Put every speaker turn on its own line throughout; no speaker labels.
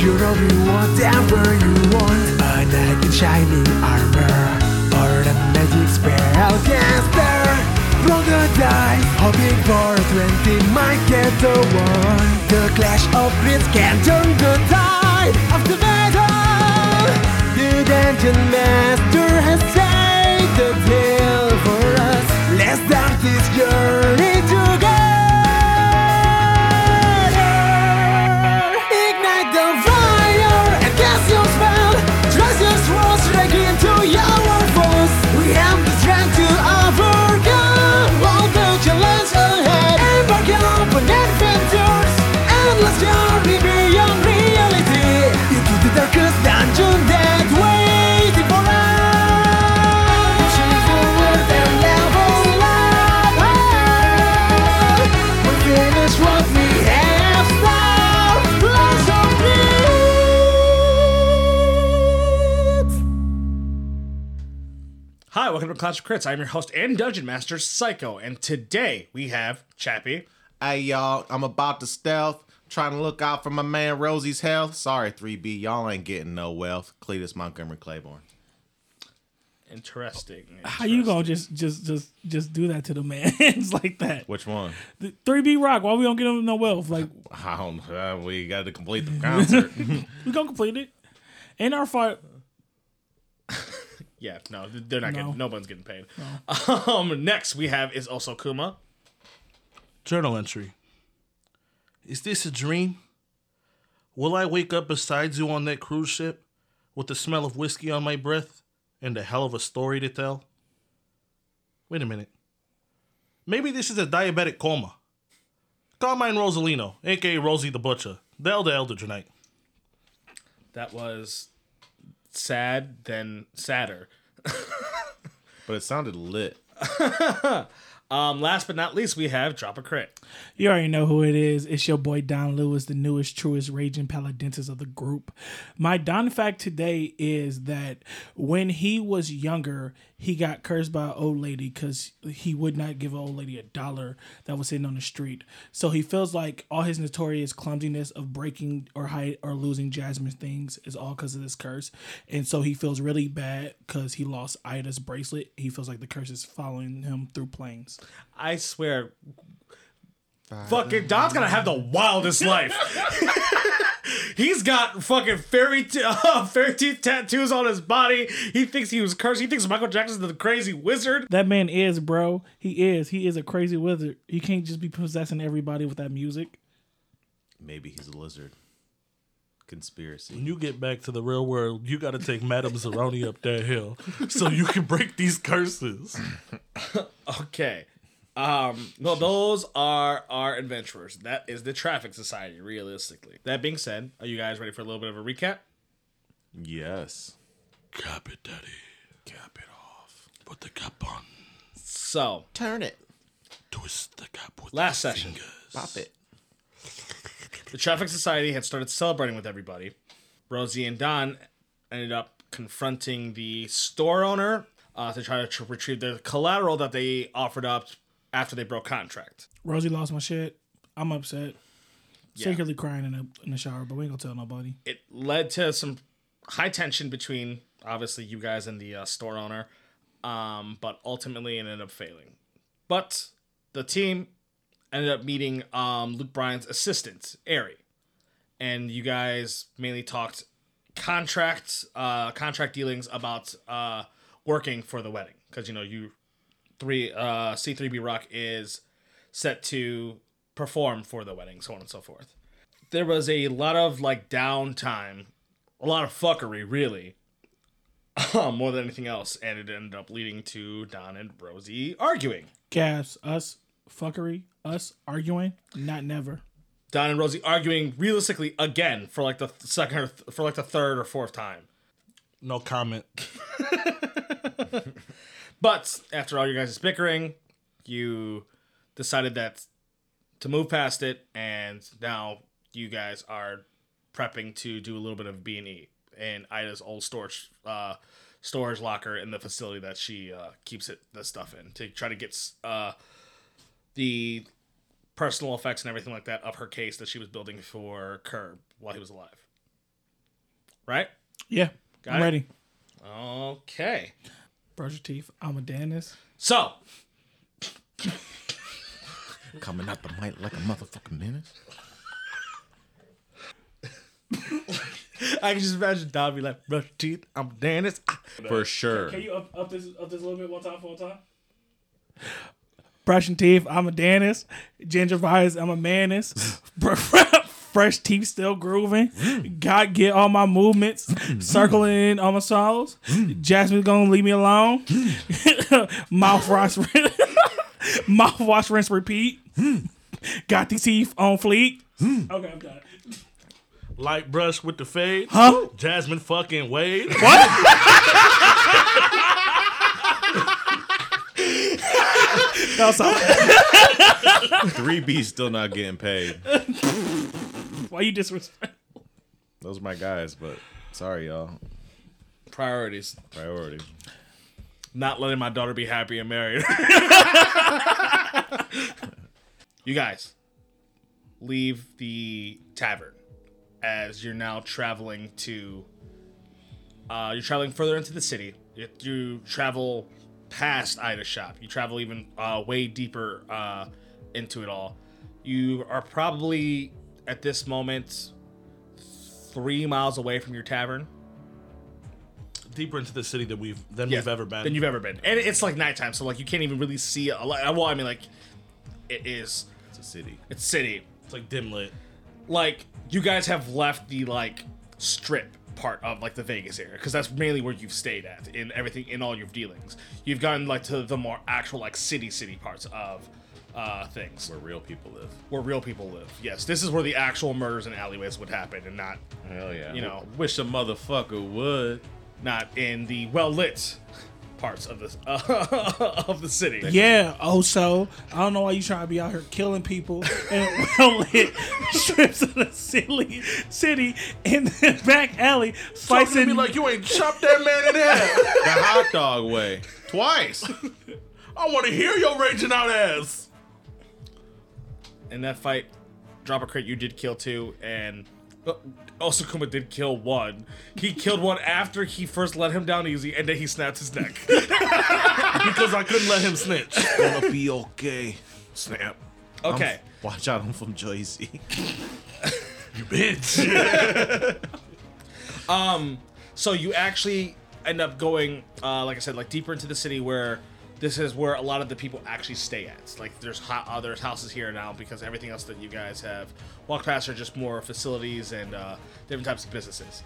You're all you whatever you want A knight in shining armor Or a magic spell caster Roll the die, hoping for a 20 Might get the one The clash of grids can turn the tide Of the battle The dungeon master has saved the tale for us Let's start this journey together Ignite the fire and cast your spell. Trust your swords strike into your foes. We have the strength to overcome all the challenges ahead. Embark on adventures, endless journey beyond reality. Into the darkest dungeon that waiting for us. Pushing forward and level up. We finish what we have started. Blast of it.
Hi, welcome to Clash of Crits. I'm your host and Dungeon Master, Psycho, and today we have Chappie.
Hey y'all, I'm about to stealth. Trying to look out for my man Rosie's health. Sorry, 3B, y'all ain't getting no wealth. Cletus Montgomery Claiborne.
Interesting.
How you gonna just just just just do that to the man? it's like that.
Which one?
Three B Rock. Why we don't get him no wealth? Like
I don't know. Uh, We got to complete the concert.
we gonna complete it. In our fight,
Yeah, no, they're not
No.
getting. No one's getting paid. Um, next we have is also Kuma.
Journal entry. Is this a dream? Will I wake up beside you on that cruise ship with the smell of whiskey on my breath and a hell of a story to tell? Wait a minute. Maybe this is a diabetic coma. Carmine Rosalino, aka Rosie the Butcher, Del the Elder tonight.
That was sad, then sadder.
but it sounded lit.
Um, last but not least, we have Drop a Crit.
you already know who it is. It's your boy Don Lewis, the newest, truest, raging paladentist of the group. My Don fact today is that when he was younger, he got cursed by an old lady because he would not give an old lady a dollar that was sitting on the street. So he feels like all his notorious clumsiness of breaking or hide or losing Jasmine's things is all because of this curse. And so he feels really bad because he lost Ida's bracelet. He feels like the curse is following him through planes.
I swear, fucking Don's gonna have the wildest life. He's got fucking fairy t- uh, fairy teeth tattoos on his body. He thinks he was cursed. He thinks Michael Jackson's the crazy wizard.
That man is, bro. He is. He is a crazy wizard. He can't just be possessing everybody with that music.
Maybe he's a lizard. Conspiracy.
When you get back to the real world, you gotta take Madame Zeroni up that hill so you can break these curses.
Okay. Um, well, those are our adventurers. That is the Traffic Society, realistically. That being said, are you guys ready for a little bit of a recap?
Yes.
Cap it, daddy. Cap it off. Put the cap on.
So,
Turn it.
Twist the cap with
Last
your
session.
fingers.
Pop it.
the Traffic Society had started celebrating with everybody. Rosie and Don ended up confronting the store owner uh, to try to tr- retrieve the collateral that they offered up after they broke contract.
Rosie lost my shit. I'm upset. Secretly crying in the, in the shower, but we ain't gonna tell nobody.
It led to some high tension between, obviously, you guys and the uh, store owner, um, but ultimately it ended up failing. But the team ended up meeting um, Luke Bryan's assistant, Ari, and you guys mainly talked contract uh, contract dealings about uh, working for the wedding because you know you three uh, C three B Rock is set to perform for the wedding, so on and so forth. There was a lot of like downtime, a lot of fuckery, really. um, More than anything else, and it ended up leading to Don and Rosie arguing.
Gas, us, fuckery, us arguing, not never.
Don and Rosie arguing realistically again for like the th- second or th- for like the third or fourth time.
No comment.
But after all your guys' bickering, you decided that to move past it, and now you guys are prepping to do a little bit of B and E in Ida's old storage uh, storage locker in the facility that she uh, keeps it the stuff in to try to get s- uh, the personal effects and everything like that of her case that she was building for Curb while he was alive. right?
Yeah,
Got
I'm
it?
ready.
Okay.
Brush your teeth. I'm a dentist.
So,
Coming out the mic like a motherfucking menace.
I can just imagine Dobby like, brush your teeth, I'm Dennis. Ah.
For sure.
you up, up this up this a little bit one time for one time? Brushing teeth, I'm a dentist. Gingivitis, I'm a manis. Br- Fresh teeth still grooving. God get all my movements. Circling in all my sorrows. Jasmine's gonna leave me alone. Mouthwash Mouthwash rinse repeat. Got these teeth on fleek. Okay, I'm done.
Light brush with the fade.
Huh?
Jasmine fucking Wade.
That's all.
Three B still not getting paid.
Why you disrespect?
Those are my guys, but sorry y'all.
Priorities.
Priority.
Not letting my daughter be happy and married. you guys, leave the tavern as you're now traveling to. Uh, you're traveling further into the city. You, you travel past Ida Shop. You travel even uh, way deeper uh, into it all. You are probably at this moment three miles away from your tavern.
Deeper into the city than we've than
Yeah,
we've ever been.
Than you've ever been. And it's like nighttime, so like you can't even really see a lot. Well, I mean, like it is.
It's a city.
It's city.
it's like dim lit.
Like you guys have left the like strip part of like the Vegas area because that's mainly where you've stayed at in everything in all your dealings. You've gotten like to the more actual like city city parts of uh things
Where real people live.
where real people live. Yes, this is where the actual murders and alleyways would happen and not
Hell yeah.
You know.
Wish a motherfucker would.
not in the well lit parts of the of the city.
Yeah, also, I don't know why you trying to be out here killing people and well lit strips of the city, city in the back alley,
Talking to
slicing
me like you ain't chopped that man in half.
The hot dog way. Twice.
I want to hear your raging out ass.
in that fight, drop a crit, you did kill two, and uh, also Kuma did kill one. He killed one after he first let him down easy, and then he snapped his neck.
Because I couldn't let him snitch.
Gonna be okay. Snap. I'm f-
Okay,
watch out, I'm from Jersey.
You bitch.
so you actually end up going, uh, like I said, like deeper into the city where this is where a lot of the people actually stay at. It's Like there's ho- uh, there's houses here now because everything else that you guys have walked past are just more facilities and uh, different types of businesses.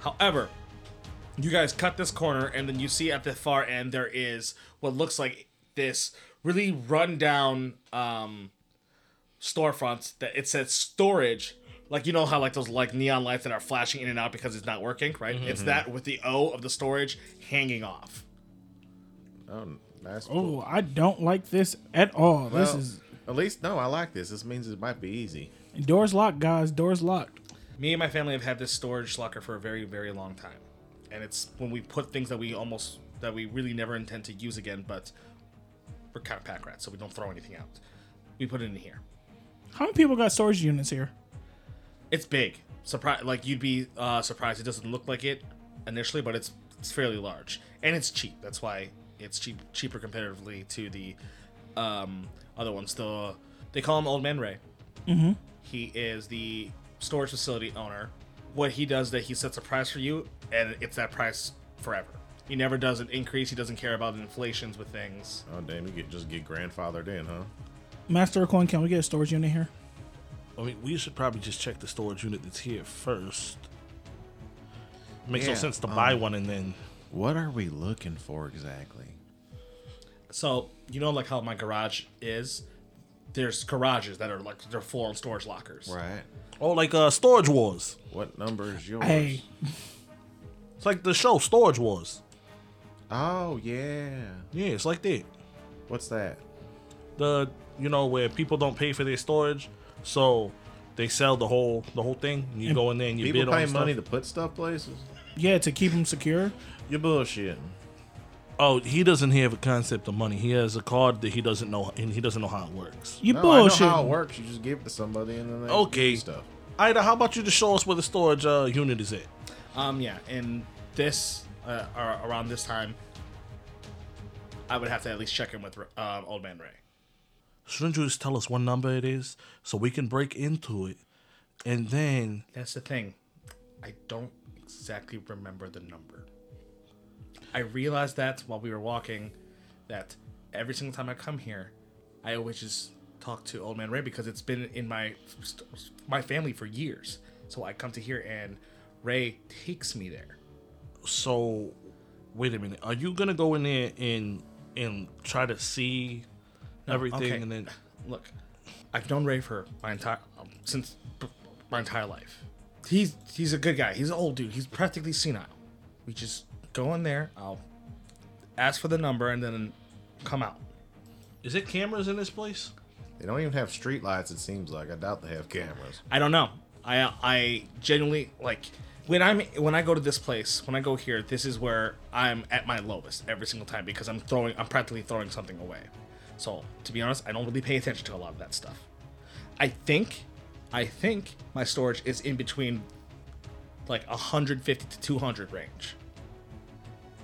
However, you guys cut this corner and then you see at the far end there is what looks like this really rundown um storefront that it says storage like you know how like those like neon lights that are flashing in and out because it's not working right it's that with the o of the storage hanging off
Oh, that's cool.
Oh, I don't like this at all. this
Well,
is
At least no, I like this. This means it might be easy.
doors locked, guys. Doors locked.
me and my family have had this storage locker for a very very long time and it's when we put things that we almost that we really never intend to use again but we're kind of pack rats so we don't throw anything out we put it in here
How many people got storage units here?
it's big. Surprise! Like you'd be uh, surprised. It doesn't look like it initially, but it's it's fairly large and it's cheap. That's why it's cheap cheaper comparatively to the um, other ones. The they call him Old Man Ray. Mm-hmm. He is the storage facility owner. What he does that he sets a price for you, and it's that price forever. He never does an increase. He doesn't care about inflations with things.
Oh damn, you get just get grandfathered in, huh?
Master of Coin, can we get a storage unit here?
I mean, we should probably just check the storage unit that's here first. Makes no
Yeah,
sense to buy one and then.
What are we looking for exactly?
So you know, like how my garage is. There's garages that are like they're full on storage lockers.
Right.
Oh, like uh, Storage Wars.
What number is yours?
Hey,
It's like the show Storage Wars.
Oh yeah.
Yeah, it's like that.
What's that?
The you know where people don't pay for their storage, so they sell the whole the whole thing. And you go in there and you
People
bid on
pay
stuff.
money to put stuff places?
yeah, to keep them secure.
You're bullshitting.
Oh, he doesn't have a concept of money. He has a card that he doesn't know, and he doesn't know how it works.
You
No,
bullshit.
I know how it works. You just give it to somebody and then they
Okay.
give you stuff.
Ida, how about you to show us where the storage uh, unit is at?
Um, yeah, in this uh, or around this time, I would have to at least check in with uh, Old Man Ray.
Shouldn't you just tell us what number it is so we can break into it? And then
That's the thing. I don't exactly remember the number. I realized that while we were walking, that every single time I come here, I always just talk to Old Man Ray because it's been in my my family for years. So I come to here and Ray takes me there.
so wait a minute. Are you gonna go in there and and try to see everything
okay.
and then
Look, I've known Ray for my entire um, since b- my entire life. He's he's a good guy. He's an old dude. He's practically senile. We just go in there. I'll ask for the number and then come out.
is it cameras in this place?
They don't even have streetlights. It seems like I doubt they have cameras.
I don't know. I I genuinely like when I'm when I go to this place. When I go here, this is where I'm at my lowest every single time because I'm throwing. I'm practically throwing something away. So to be honest, I don't really pay attention to a lot of that stuff. I think, I think my storage is in between like 150 to 200 range.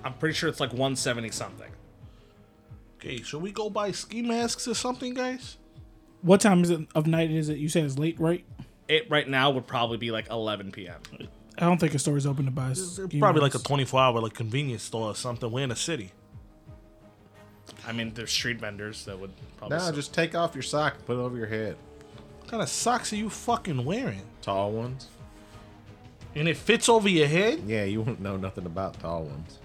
I'm pretty sure it's like 170 something.
Okay, should we go buy ski masks or something, guys?
What time is it of night is it? You said it's late, right?
It right now would probably be like 11 p.m.
I don't think a store's open to buy. ski
Probably like
masks.
a 24 hour like convenience store or something. We're in a city.
I mean, there's street vendors that would probably.
No,
sell-
just take off your sock and put it over your head.
What kind of socks are you fucking wearing?
Tall ones?
And it fits over your head?
Yeah, you won't know nothing about tall ones.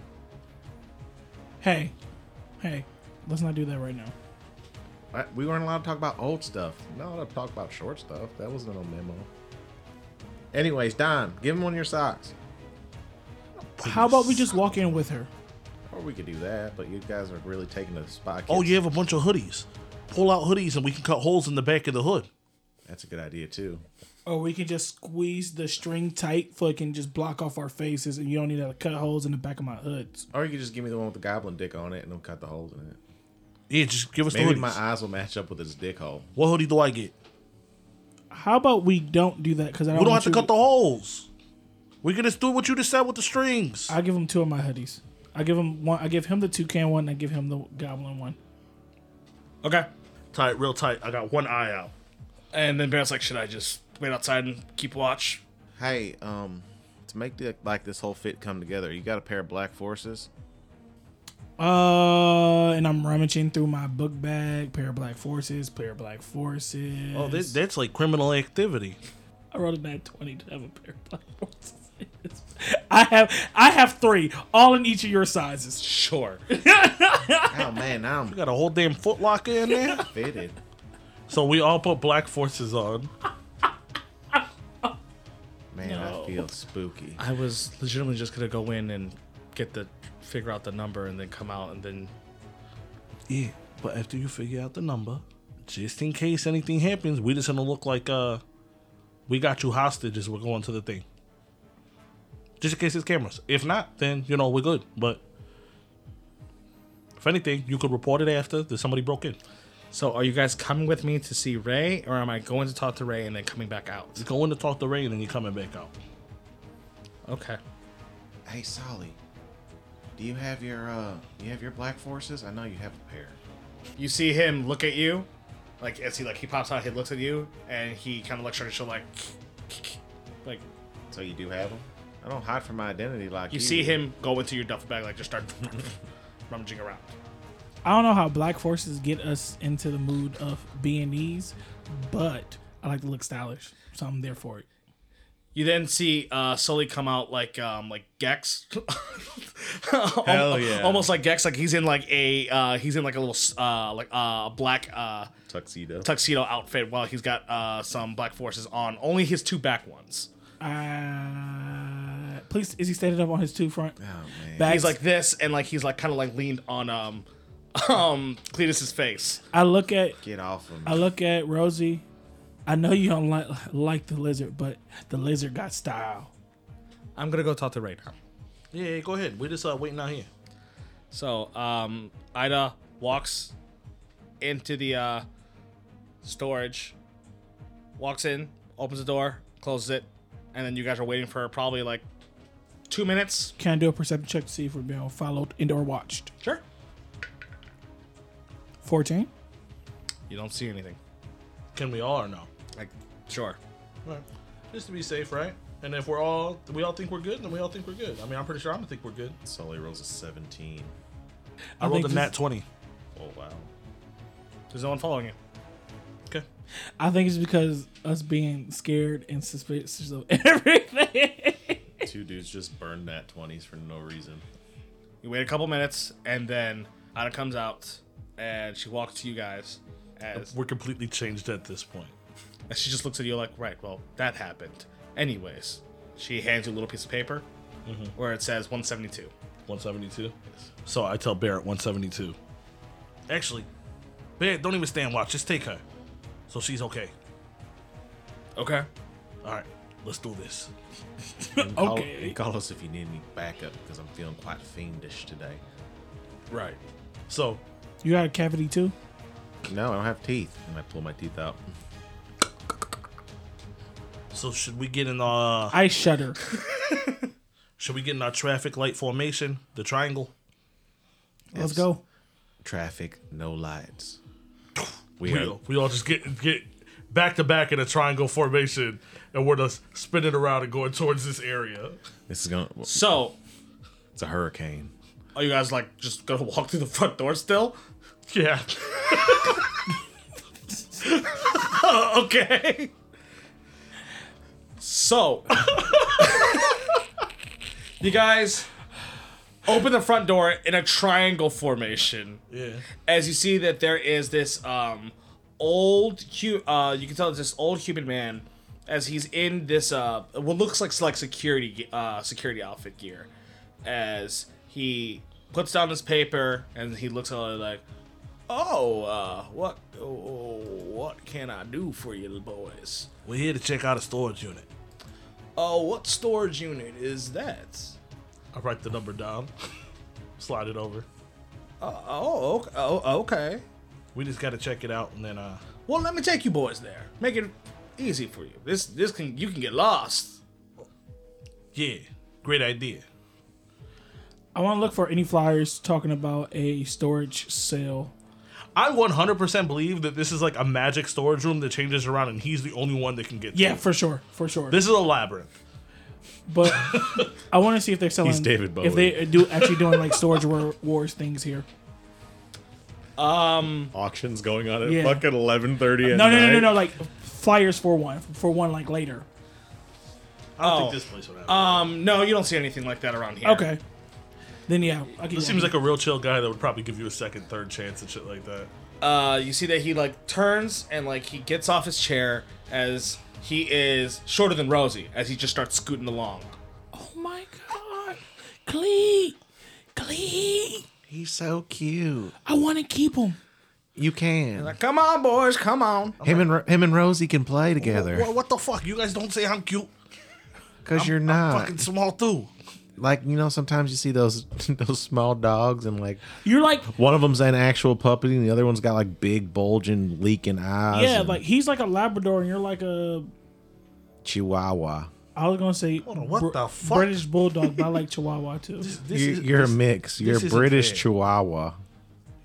Hey, hey, let's not do that right now.
I, we weren't allowed to talk about old stuff. Not allowed to talk about short stuff. That wasn't a memo. Anyways, Don, give him one of your socks.
How about we just walk in with her?
Or we could do that, but you guys are really taking the spot.
Oh,
kids.
you have a bunch of hoodies. Pull out hoodies and we can cut holes in the back of the hood.
That's a good idea, too.
Or we can just squeeze the string tight so it can just block off our faces and you don't need to cut holes in the back of my hoods.
Or you could just give me the one with the goblin dick on it and then cut the holes in it.
Yeah, just give us the
Maybe
hoodies.
my eyes will match up with his dick hole.
what hoodie do I get?
How about we don't do that? Because I don't
We don't
want
have to
you-
cut the holes. We can just do what you just said with the strings.
I give him two of my hoodies. I give him one. I give him the toucan one. And I give him the goblin one.
okay.
Tight, real tight. I got one eye out.
And then Barrett's like, should I just wait outside and keep watch?
Hey, um, to make the, like this whole fit come together, you got a pair of black forces?
Uh, and I'm rummaging through my book bag. Pair of black forces. Pair of black forces.
Oh, that, that's like criminal activity.
I rolled a bad twenty to have a pair of black forces. I have I have three, all in each of your sizes.
Sure.
Oh man, now I'm
Got a whole damn foot locker in there.
fitted.
so we all put black forces on.
Man, I feel spooky.
I was legitimately just gonna go in and get the figure out the number and then come out and then
Yeah, but after you figure out the number, just in case anything happens, we just gonna look like uh, we got you hostages. We're going to the thing. Just in case it's cameras. If not, then you know we're good. But if anything, you could report it after that somebody broke in.
So are you guys coming with me to see Ray or am I going to talk to Ray and then coming back out?
You go in to talk to Ray, and then you're coming back out.
Okay.
Hey, Solly, do you have your uh, you have your black forces? I know you have a pair.
You see him look at you, like as he like he pops out, he looks at you and he kinda looks at you like like
So you do have them? I don't hide from my identity like
you
you.
see
do.
him go into your duffel bag like just start rummaging around.
I don't know how black forces get us into the mood of B and E's, but I like to look stylish, so I'm there for it.
You then see uh, Sully come out like um, like Gex. Hell
yeah.
Almost like Gex, like he's in like a uh, he's in like a little uh, like uh, black uh,
tuxedo.
tuxedo outfit while he's got uh, some black forces on. Only his two back ones.
Uh, please, is he standing up on his two front?
oh man.
Bags?
He's like this, and like he's like kind of like leaned on um um Cletus's face.
I look at
Get off of
I
me.
look at Rosie. I know you don't like like the lizard, but the lizard got style.
I'm gonna go talk to Ray now.
Yeah, yeah, go ahead. We're just uh, waiting out here.
So um, Ida walks into the uh, storage, walks in, opens the door, closes it, and then you guys are waiting for probably like two minutes.
Can I do a perception check to see if we're being followed and or watched?
Sure.
14.
You don't see anything.
Can we all or no?
Like, sure.
Right. Just to be safe, right? And if we're all, we all think we're good, then we all think we're good. I mean, I'm pretty sure I'm gonna think we're good.
Sully rolls a 17.
I,
think
rolled a
this-
nat 20.
Oh, wow.
There's no one following you.
Okay.
I think it's because us being scared and suspicious of everything.
Two dudes just burned that 20s for no reason.
You wait a couple minutes, and then Ada comes out, and she walks to you guys. As,
We're completely changed at this point.
and she just looks at you like, right, well, that happened. Anyways, she hands you a little piece of paper where it says 172.
172. So I tell Barrett 172. Actually, Barrett, don't even stand watch. Just take her. So she's okay.
Okay.
All right, let's do this.
And call,
Okay.
And call us if you need any backup because I'm feeling quite fiendish today.
Right. So
you got a cavity too?
No, I don't have teeth. And I pull my teeth out.
so should we get in uh
I shudder.
should we get in our traffic light formation, the triangle?
Let's
Yes.
go.
Traffic, no lights. We
We,
are
all- we all just get get back to back in a triangle formation and we're just spinning around and going towards this area.
This is going.
So,
It's a hurricane.
are you guys like just gonna walk through the front door still?
Yeah.
Okay. So, you guys open the front door in a triangle formation.
Yeah.
As you see that there is this um old hu- uh you can tell it's this old human man as he's in this uh what looks like like security ge- uh security outfit gear as he puts down his paper and he looks at it like oh uh what oh, what can I do for you little boys?
We're here to check out a storage unit.
Oh, what storage unit is that?
I write the number down, slide it over.
Oh, okay. Oh, okay.
We just gotta check it out and then uh
Well, let me take you boys there. Make it easy for you. This this can you can get lost.
yeah, great idea.
I want to look for any flyers talking about a storage sale.
I 100% believe that this is like a magic storage room that changes around and he's the only one that can get
Yeah,
through.
for sure, for sure.
This is a labyrinth.
but I want to see if they're selling.
David Bowie.
If they do actually doing like storage war, wars things here.
Auctions going on at
Yeah.
fucking 11:30 at
No, no, no,
night.
no, no. Like flyers for one, for one like later.
I don't
Oh.
think this place would have.
Um, no, you don't see anything like that around here.
Okay. Then yeah, I'll keep
this
going.
seems like a real chill guy that would probably give you a second, third chance and shit like that.
Uh, you see that he like turns and like he gets off his chair as he is shorter than Rosie as he just starts scooting along.
Oh my god, Clee, Clee,
He's so cute.
I want to keep him.
You can.
Like, come on, boys, come on.
him and Ro- him and Rosie can play together
What, what the fuck? You guys don't say I'm cute.
because you're not
Fucking small too.
like you know. Sometimes you see those those small dogs and like
You're like,
one of them's an actual puppy and the other one's got like big bulging leaking eyes.
yeah,
and
like he's like a Labrador, and you're like a.
Chihuahua.
I was gonna say
on, what the fuck?
British bulldog, but I like Chihuahua too.
This
you're
is-
you're
this-
a mix. You're a
this isn't
British
fair.
Chihuahua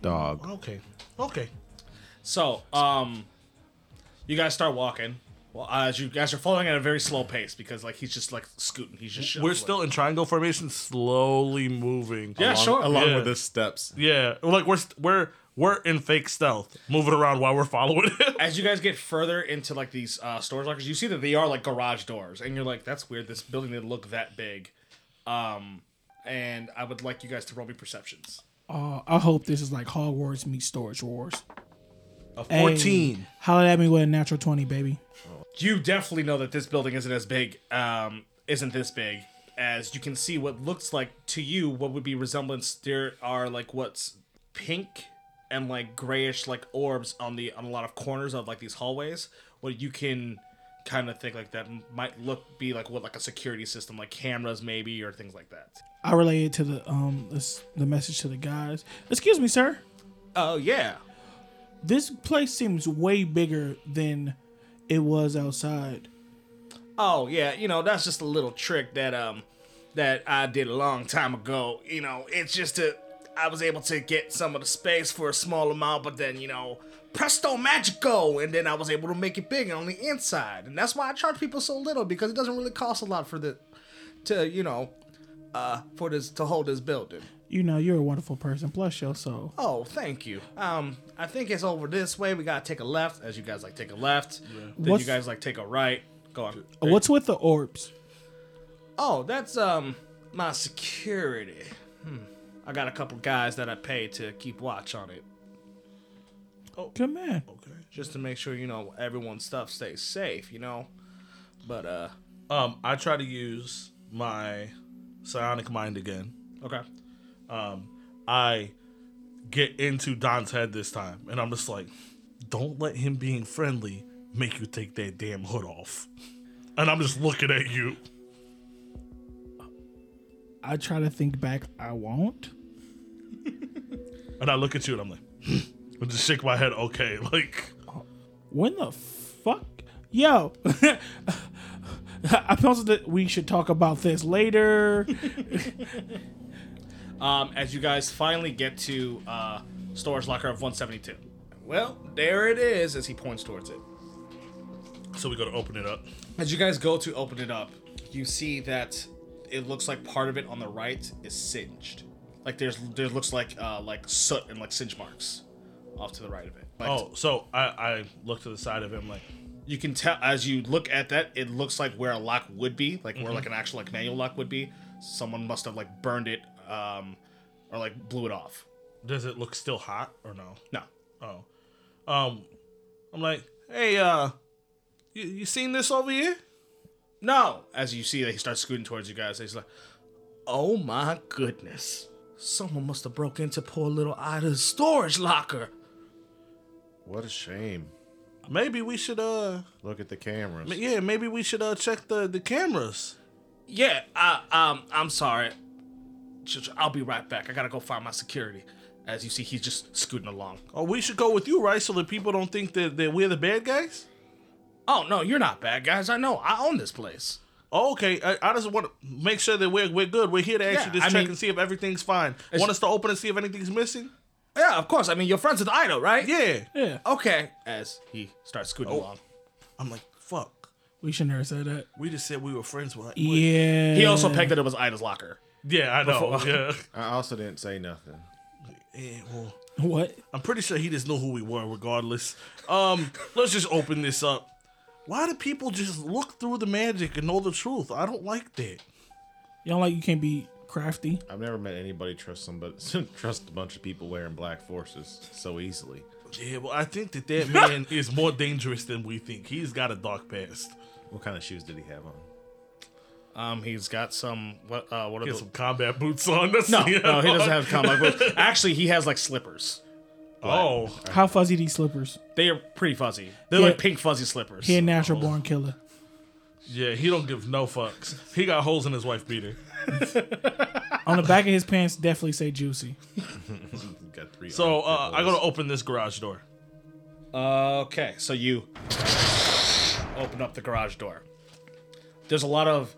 dog.
Okay. Okay.
So, um, you guys start walking. Well, as you guys are following at a very slow pace because like he's just like scooting. He's just
We're
shuffling.
still in triangle formation, slowly moving.
yeah, sure.
Yeah. with
his steps.
Yeah, like we're st- we're we're in fake stealth, moving around while we're following it.
as you guys get further into like these uh, storage lockers, you see that they are like garage doors, and you're like, "That's weird. This building didn't look that big." Um, and I would like you guys to roll me perceptions.
Uh, I hope this is like Hogwarts meets Storage Wars.
A
Hey, holla at me with a natural twenty, baby.
You definitely know that this building isn't as big, um, isn't this big, as you can see what looks like to you what would be resemblance. There are like what's pink and like grayish like orbs on the on a lot of corners of like these hallways. What you can kind of think like that might look be like what like a security system like cameras maybe or things like that.
I related to the um this, the message to the guys. Excuse me, sir.
Oh yeah.
This place seems way bigger than it was outside.
Oh yeah. You know that's just a little trick that um that I did a long time ago. You know, it's just a I was able to get some of the space for a small amount, but then you know, presto magico, and then I was able to make it big on the inside, and that's why I charge people so little because it doesn't really cost a lot for the to you know uh for this to hold this building.
You know, you're a wonderful person. Bless your soul.
Oh, thank you. Um, I think it's over this way. We gotta take a left, as you guys like take a left. Then
What's-
you guys like take a right. Go on.
What's with the orbs?
Oh, that's um my security. Hmm. I got a couple guys that I pay to keep watch on it,
Good man.
just to make sure you know everyone's stuff stays safe. You know, but uh,
Um, I try to use my psionic mind again.
okay.
I get into Don's head this time, and I'm just like, don't let him being friendly make you take that damn hood off. And I'm just looking at you.
I try to think back. I won't.
And I look at you and I'm like, "Hmm." I just shake my head, okay. Like,
When the fuck? Yo. I posted that we should talk about this later.
Um, as you guys finally get to uh storage locker of 172. Well, there it is. As he points towards it.
so we gotta open it up.
As you guys go to open it up, you see that it looks like part of it on the right is singed. Like there's there looks like uh like soot and like singe marks off to the right of it. Like
Oh, so I, I look to the side of him, like,
you can tell as you look at that, it looks like where a lock would be, like where like an actual like manual lock would be. Someone must have like burned it um or like blew it off.
does it look still hot or no?
No.
Oh. Um, I'm like, hey, uh, you, you seen this over here?
No, as you see that he starts scooting towards you guys, he's like, "Oh my goodness! Someone must have broke into poor little Ida's storage locker."
What a shame.
Maybe we should, uh,
Look at the cameras.
yeah, maybe we should, uh, check the, the cameras.
Yeah, I, um, I'm sorry. J- j- I'll be right back. I gotta go find my security. As you see, he's just scooting along.
Oh, we should go with you, right? So that people don't think that, that we're the bad guys?
Oh no, you're not bad, guys. I know. I own this place.
Oh, okay. I, I just want to make sure that we're, we're good. We're here to actually
Yeah,
just
I
check
mean-
and see if everything's fine. Want us to open and see if anything's missing?
Yeah, of course. I mean, you're friends with Ida, right?
Yeah.
yeah.
Okay. As he starts scooting along,
I'm like, fuck.
We should never say that.
We just said we were friends with.
Yeah.
he also pegged that it was Ida's locker.
Yeah, I know. yeah.
I also didn't say nothing.
yeah. Well,
What?
I'm pretty sure he just knew who we were, regardless. Um, let's just open this up. Why do people just look through the magic and know the truth? I don't like that.
Y'all like you can't be crafty.
I've never met anybody trust somebody trust a bunch of people wearing black forces so easily.
Yeah, well, I think that that man is more dangerous than we think. He's got a dark past.
What kind of shoes did he have on?
Um, he's got some what? Uh, what are
He has
those?
some combat boots on. That's
No, no, he doesn't have combat boots. Actually, he has like slippers.
Oh,
How fuzzy these slippers?
They are pretty fuzzy. They're
Yeah.
like pink fuzzy slippers.
He a natural born killer.
yeah, he don't give no fucks. He got holes in his wife beater.
On the back of his pants, definitely say juicy.
He got three.
So
armpit
uh, I
holes.
gotta open this garage door.
Okay, so you open up the garage door. There's a lot of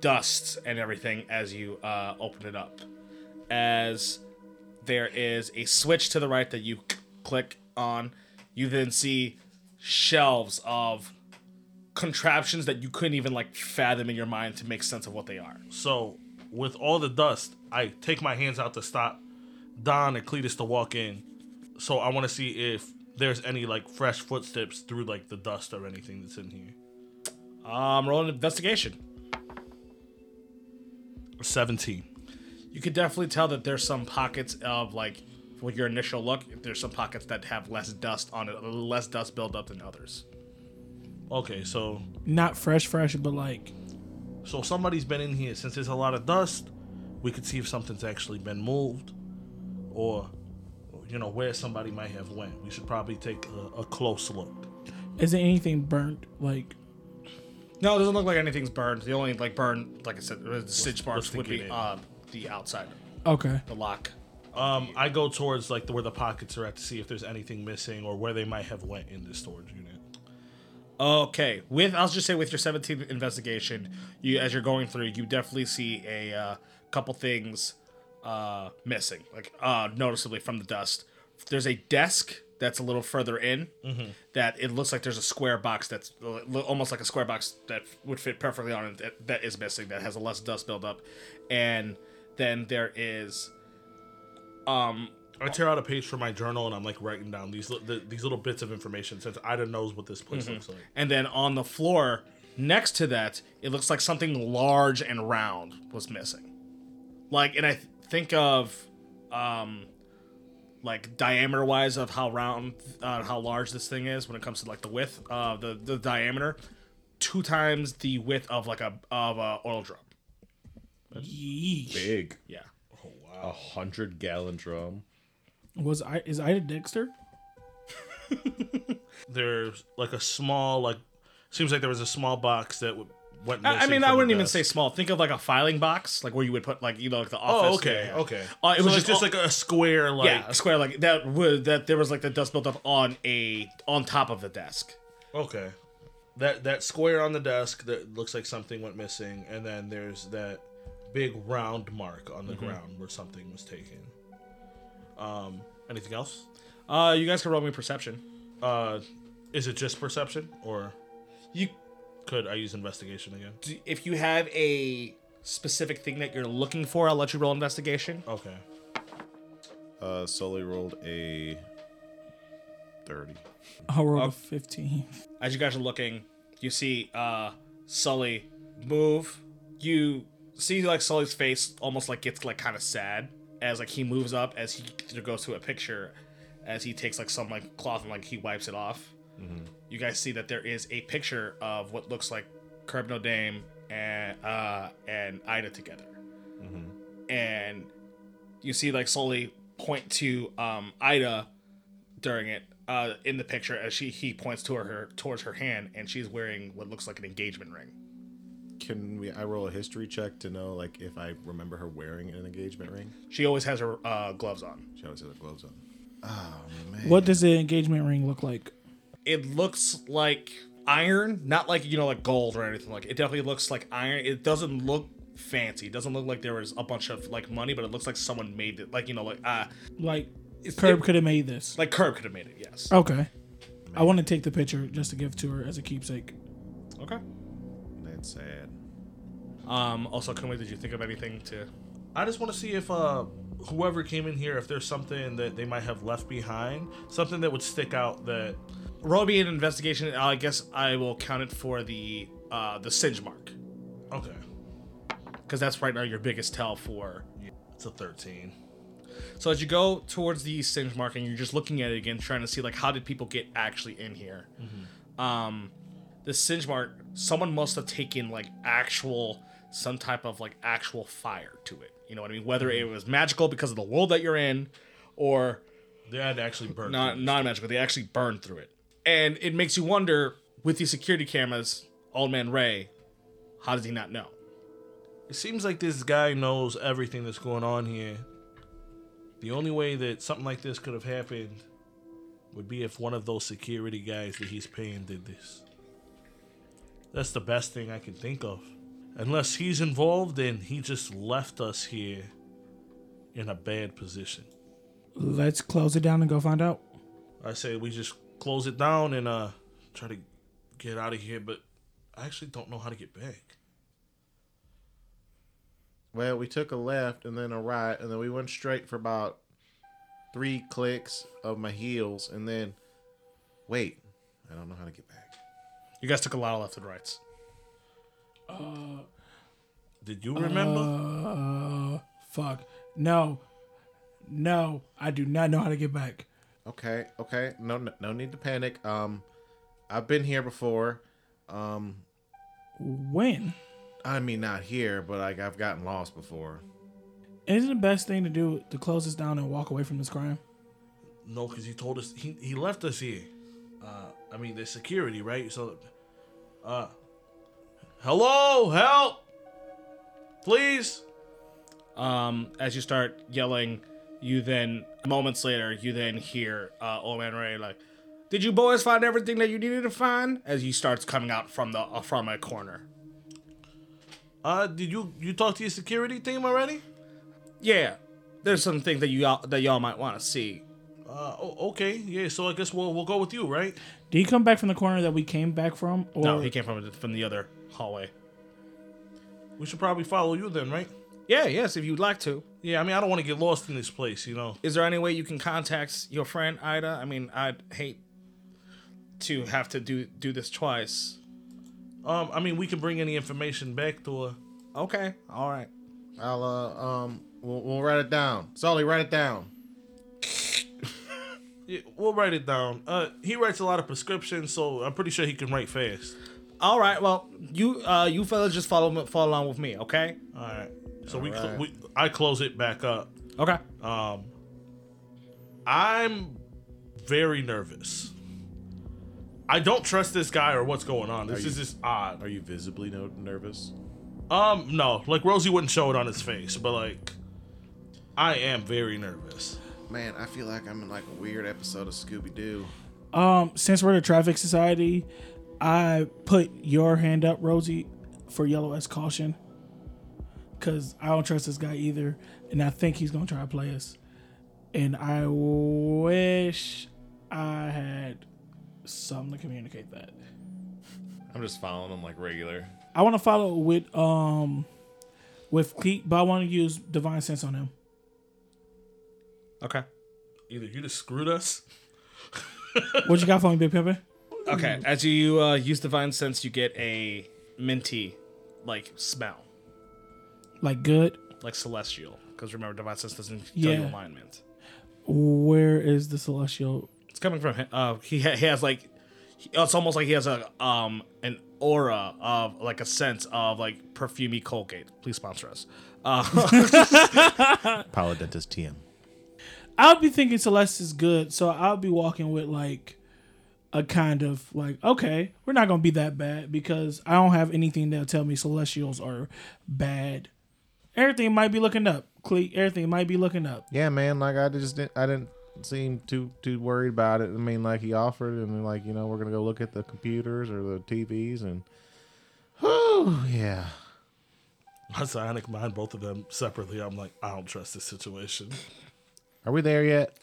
dust and everything as you uh, open it up. As there is a switch to the right that you click on, you then see shelves of contraptions that you couldn't even like fathom in your mind to make sense of what they are.
So with all the dust, I take my hands out to stop Don and Cletus to walk in. So I want to see if there's any like fresh footsteps through like the dust or anything that's in here.
Um, roll an investigation.
Seventeen.
you could definitely tell that there's some pockets of like with your initial look there's some pockets that have less dust on it less dust buildup than others
Okay, so
Not fresh, fresh, but like
so somebody's been in here since there's a lot of dust. We could see if something's actually been moved, or you know where somebody might have went. We should probably take a, a close look.
is there anything burnt? Like
no it doesn't look like anything's burned the only like burn like i said the stitch marks
what's the
would be
gate in?
uh, the outside
okay.
the lock
Um, I go towards like the, where the pockets are at to see if there's anything missing or where they might have went in the storage unit.
Okay, with I'll just say with your 17th investigation, you as you're going through, you definitely see a uh, couple things uh, missing, like uh, noticeably from the dust. There's a desk that's a little further in that it looks like there's a square box that's l- l- almost like a square box that would fit perfectly on it that, that is missing that has a less dust buildup, and then there is
I tear out a page from my journal and I'm like writing down these li- the, these little bits of information since Ida knows what this
Mm-hmm.
place looks like.
and then on the floor next to that it looks like something large and round was missing like and i th- think of um like diameter wise of how round uh, how large this thing is when it comes to like the width uh the the diameter two times the width of like a of a oil drum
Yeesh.
Big.
yeah
A hundred gallon drum.
Was I is Ida Dexter?
There's like a small like seems like there was a small box that w- went.
I- I
missing
mean,
from
I
the
wouldn't even
desk.
say small. Think of like a filing box, like where you would put, like you know, like the office.
Oh, okay,
yeah, yeah.
okay.
Uh, it
So
was
it's
just,
just
like.
like oh, a square, like
yeah, a square like that would that there was like the dust built up on a on top of the desk.
Okay. That that square on the desk that looks like something went missing, and then there's that big round mark on the
Mm-hmm.
ground where something was taken. Um, anything else?
Uh, you guys can roll me perception.
Uh, is it just perception, or
You,
could I use investigation again?
d- if you have a specific thing that you're looking for, I'll let you roll investigation.
Okay.
Uh, Sully rolled a thirty.
I rolled a fifteen.
As you guys are looking, you see uh Sully move. You see like Sully's face almost like gets like kind of sad as like he moves up as he goes to a picture, as he takes like some like cloth and like he wipes it off. you guys see that there is a picture of what looks like Curb No Dame and uh, and Ida together, and you see like Sully point to um, Ida during it uh, in the picture as she he points to her, her towards her hand and she's wearing what looks like an engagement ring.
Can we? I roll a history check to know like if I remember her wearing an engagement ring.
She always has her uh, gloves on.
She always has her gloves on.
What does the engagement ring look like?
It looks like iron, not like you know like gold or anything like. It definitely looks like iron. It doesn't look fancy. It doesn't look like there was a bunch of like money, but it looks like someone made it. Like you know like uh,
Like Curb could have made this.
Like Curb could have made it, yes.
Okay. I want to take the picture just to give to her as a keepsake.
Okay.
That's sad.
Um. Also, Kunle, did you think of anything to?
I just want to see if uh, whoever came in here, if there's something that they might have left behind, something that would stick out that
Roll me an investigation. I guess I will count it for the uh the singe mark
okay.
because that's right now your biggest tell for.
It's a thirteen.
So as you go towards the singe mark and you're just looking at it again, trying to see like how did people get actually in here. Um, the singe mark. Someone must have taken like actual some type of like actual fire to it. You know what I mean? Whether it was magical because of the world that you're in, or
They had actually burned.
not non magical. They actually burn through it, and it makes you wonder with these security cameras. Old man Ray, how does he not know?
It seems like this guy knows everything that's going on here. The only way that something like this could have happened would be if one of those security guys that he's paying did this. That's the best thing I can think of. Unless he's involved and he just left us here in a bad position.
Let's close it down and go find out.
I say we just close it down and uh try to get out of here, but I actually don't know how to get back.
Well, we took a left and then a right, and then we went straight for about three clicks of my heels, and then wait, I don't know how to get back.
You guys took a lot of left and rights.
Did you remember?
Fuck. No. No. I do not know how to get back.
Okay, okay, no, no, no need to panic. Um, I've been here before. Um,
When?
I mean not here, but like I've gotten lost before.
Isn't the best thing to do to close this down and walk away from this crime?
No, because he told us he, he left us here. Uh, I mean, the security, right? So, uh, hello, help, please.
Um, as you start yelling, you then moments later you then hear uh, Old Man Ray like, Did you boys find everything that you needed to find? As he starts coming out from the uh, from a corner.
Uh, did you you talk to your security team already?
Yeah, there's some things that you all that y'all might want to see.
Uh, o- okay, yeah. So I guess we'll we'll go with you, right?
Did he come back from the corner that we came back from? Or
No, he came from from the other hallway.
We should probably follow you then, right?
Yeah, yes, if you'd like to.
Yeah. I mean, I don't want to get lost in this place, you know.
Is there any way you can contact your friend Ida? I mean, I'd hate to have to do do this twice.
Um, I mean, we can bring any information back to her.
Okay, all right.
I'll uh, um, we'll, we'll write it down. Sully, write it down.
Yeah, we'll write it down. Uh, he writes a lot of prescriptions, so I'm pretty sure he can write fast.
All right. Well, you uh you fellas just follow follow along with me, okay?
All right. So we, cl-
Alright.
we I close it back up.
Okay.
I'm very nervous. I don't trust this guy or what's going on. This
you-
is just odd.
Are you visibly no- nervous?
Um, no, like Rosie wouldn't show it on his face, but like, I am very nervous.
Man, I feel like I'm in like a weird episode of Scooby Doo.
Um, since we're the traffic society, I put your hand up, Rosie, for yellow as caution. Cause I don't trust this guy either, and I think he's gonna try to play us. And I wish I had something to communicate that.
I'm just following him like regular.
I want to follow with um with Cleek, but I want to use divine sense on him.
Okay.
Either you just screwed us.
What you got for me, Big Pepper?
Okay. As you uh, use divine sense, you get a minty like smell,
Like good.
like celestial. Because remember, divine sense doesn't tell you
Yeah.
alignment.
Where is the celestial?
It's coming from him. Uh, he, ha- he has like, he- it's almost like he has a um an aura of like a sense of like perfumey Colgate. Please sponsor us. Uh,
Paladentist TM.
I'll be thinking Celeste is good, so I'll be walking with like a kind of like, okay, we're not gonna be that bad because I don't have anything that'll tell me celestials are bad. Everything might be looking up, Cleek. Everything might be looking up.
Yeah, man. Like I just didn't. I didn't seem too too worried about it. I mean, like he offered, and then, like you know, we're gonna go look at the computers or the TVs, and whew, yeah.
My psionic mind, both of them separately. I'm like, I don't trust this situation.
Are we there yet?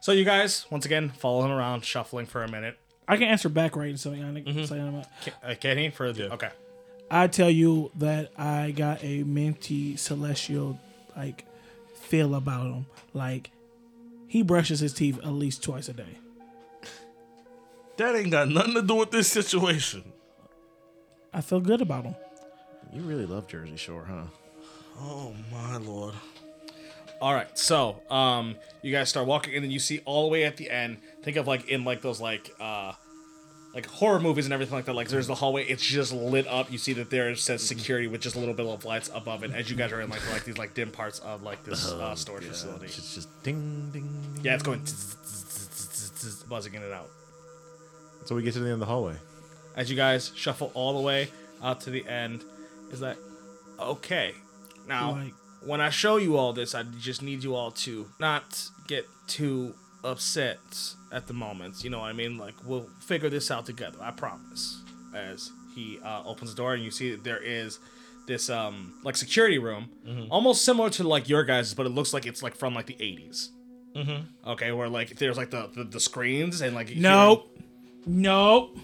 so you guys once again follow him around, shuffling for a minute.
I can answer back right in psionic. psionic.
Can, uh, can he for the
Yeah.
okay?
I tell you that I got a minty celestial like feel about him. Like he brushes his teeth at least twice a day.
That ain't got nothing to do with this situation.
I feel good about him.
You really love Jersey Shore, huh?
Oh my lord.
All right, so um, you guys start walking, and then you see all the way at the end. Think of like in like those like uh, like horror movies and everything like that. Like there's the hallway; it's just lit up. You see that there it says security with just a little bit of lights above it. As you guys are in like like these like dim parts of like this uh, storage facility.
It's just ding ding. ding.
Yeah, it's going tz- tz- tz- tz- tz- buzzing in and out.
So we get to the end of the hallway.
As you guys shuffle all the way out to the end, is that okay? Now,
Like-
when I show you all this, I just need you all to not get too upset at the moment. You know what I mean? Like, we'll figure this out together. I promise. As he uh, opens the door, and you see that there is this um like security room,
Mm-hmm.
almost similar to like your guys', but it looks like it's like from like the 80s. Mm-hmm. Okay, where like there's like the the, the screens and like
Nope. Nope.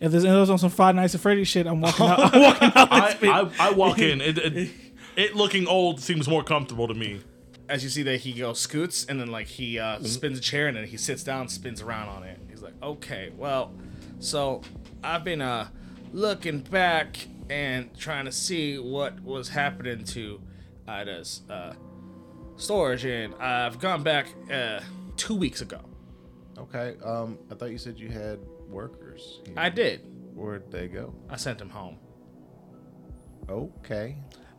If there's those on some Five Nights at Freddy's shit, I'm walking out. I'm walking out.
I, I, I walk in. It, it, it looking old seems more comfortable to me.
as you see that he goes scoots and then like he uh, spins a chair and then he sits down spins around on it he's like okay well so i've been uh looking back and trying to see what was happening to ida's uh storage and i've gone back uh two weeks ago
Okay. Um, I thought you said you had workers. here.
i did
Where'd they go?
i sent him home
Okay.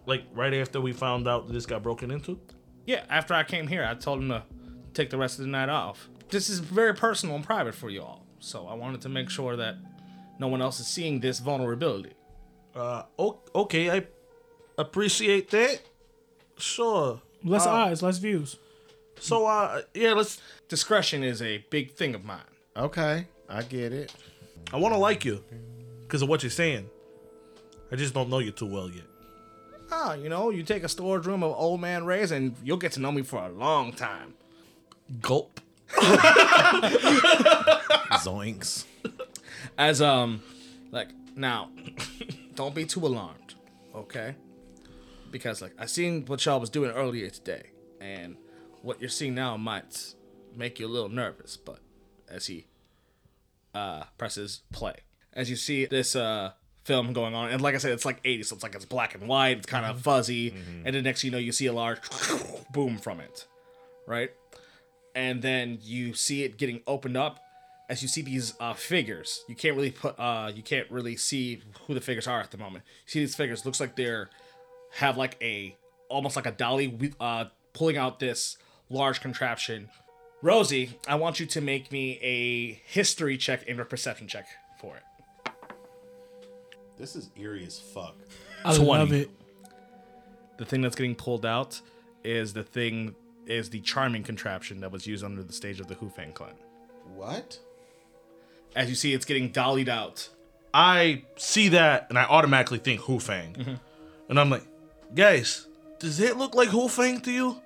Like right after we found out that this got broken into.
yeah after i came here i told him to take the rest of the night off this is very personal and private for you all so i wanted to make sure that no one else is seeing this vulnerability
Uh, o- okay, I appreciate that. Sure.
less eyes, less views.
So, uh, yeah, let's.
discretion is a big thing of mine.
Okay. I get it.
I want to like you because of what you're saying. I just don't know you too well yet.
Ah, you know, you take a storage room of old man Ray's and you'll get to know me for a long time.
Gulp.
Zoinks.
As um, like now, don't be too alarmed, okay? Because like I seen what y'all was doing earlier today, and what you're seeing now might make you a little nervous. But as he uh presses play, as you see this uh film going on, and like I said, it's like 80s, so it's like it's black and white, it's kind of fuzzy, and the next you know you see a large boom from it, right? and then you see it getting opened up as you see these uh, figures. You can't really put uh, you can't really see who the figures are at the moment. You see these figures looks like they're have like a almost like a dolly with- uh, pulling out this large contraption. Rosie, I want you to make me a history check and a perception check for it.
This is eerie as fuck.
I
20.
love it.
The thing that's getting pulled out is the thing is the charming contraption that was used under the stage of the Hu Fang clan.
What?
As you see, it's getting dollied out
I see that and I automatically think Hu Fang. And I'm like, guys, does it look like Hu Fang to you?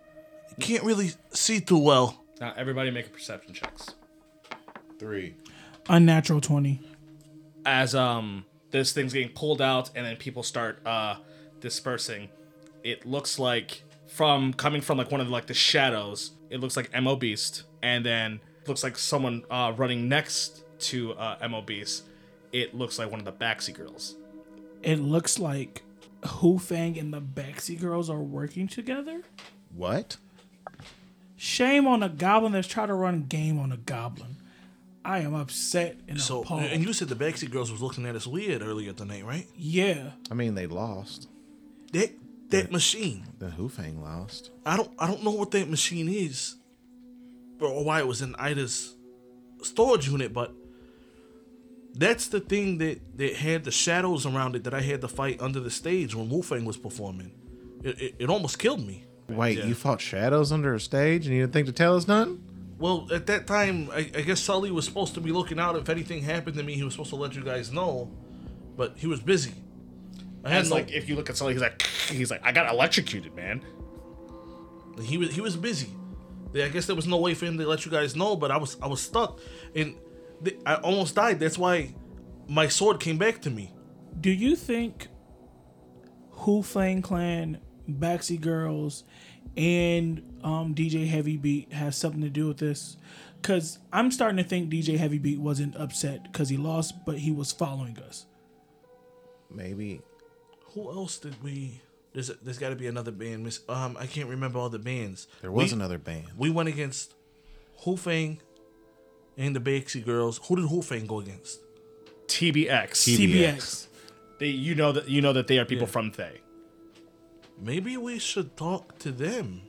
I can't really see too well.
Now everybody make a perception checks.
Three.
Unnatural 20.
As um this thing's getting pulled out and then people start uh dispersing. It looks like from coming from like one of like the shadows, it looks like MO Beast and then looks like someone uh running next to uh MO Beast. It looks like one of the backseat girls.
It looks like Hu Fang and the Baxi girls are working together.
What?
Shame on a goblin that's trying to run game on a goblin. I am upset and
So,
appalled.
and you said the backseat girls was looking at us weird earlier tonight, right?
yeah.
I mean, they lost.
That that machine.
The Hoofang lost.
I don't I don't know what that machine is, or why it was in Ida's storage unit, but that's the thing that that had the shadows around it that I had to fight under the stage when Wu Fang was performing. It, it, it almost killed me.
Wait, you fought shadows under a stage and you didn't think to tell us nothing?
Well, at that time, I, I guess Sully was supposed to be looking out. If anything happened to me, he was supposed to let you guys know, but he was busy. I had
And
no,
like if you look at Sully, he's like he's like, I got electrocuted, man.
he was he was busy. They- I guess there was no way for him to let you guys know, but I was I was stuck, and th- I almost died. That's why my sword came back to me.
Do you think Hu Fang Clan, Baxi Girls, and um, DJ Heavy Beat has something to do with this? Because I'm starting to think DJ Heavy Beat wasn't upset because he lost, but he was following us.
Maybe.
Who else did we? There's there's got to be another band. Miss um I can't remember all the bands.
There was
we,
another band.
We went against Hu Fang and the Baxi Girls. Who did Hu Fang go against?
TBX.
TBX.
They, you know that you know that they are people from Thay.
Maybe we should talk to them.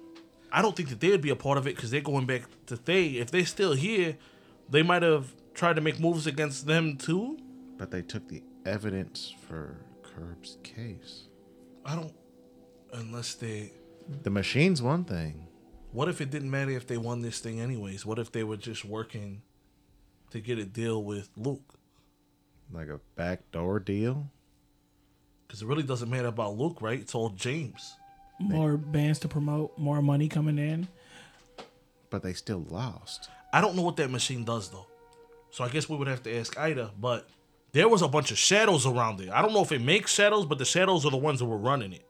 I don't think that they'd be a part of it because they're going back to Thay. If they're still here, they might have tried to make moves against them too.
But they took the evidence for Curb's case.
I don't. Unless they.
The machine's one thing.
What if it didn't matter if they won this thing anyways? What if they were just working to get a deal with Luke?
Like a backdoor deal?
Because it really doesn't matter about Luke, right? It's all James.
More bands to promote, more money coming in.
But they still lost.
I don't know what that machine does though. So I guess we would have to ask Ida, but there was a bunch of shadows around it. I don't know if it makes shadows, but the shadows are the ones that were running it.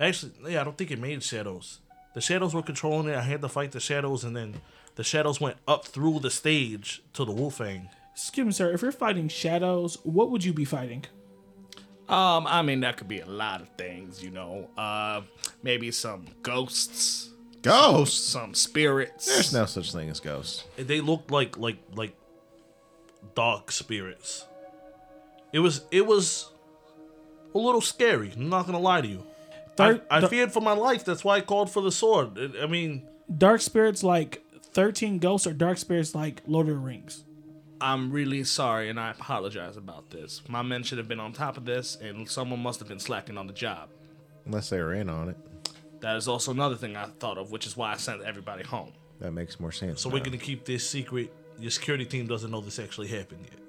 Actually, yeah, I don't think it made shadows. The shadows were controlling it. I had to fight the shadows, and then the shadows went up through the stage to the Wolfang.
Excuse me, sir. If you're fighting shadows, what would you be fighting?
Um, I mean that could be a lot of things, you know. Uh, maybe some ghosts,
Ghosts?
some spirits.
There's no such thing as ghosts.
And They looked like like like dark spirits. It was it was a little scary. I'm not gonna lie to you. I,
Thir-
I
thir-
feared for my life. That's why I called for the sword. I- I mean,
dark spirits like 13 ghosts or dark spirits like Lord of the Rings?
I'm really sorry, and I apologize about this. My men should have been on top of this, and someone must have been slacking on the job.
Unless they were in on it.
That is also another thing I thought of, which is why I sent everybody home.
That makes more sense.
So we're gonna keep this secret your security team doesn't know this actually happened yet.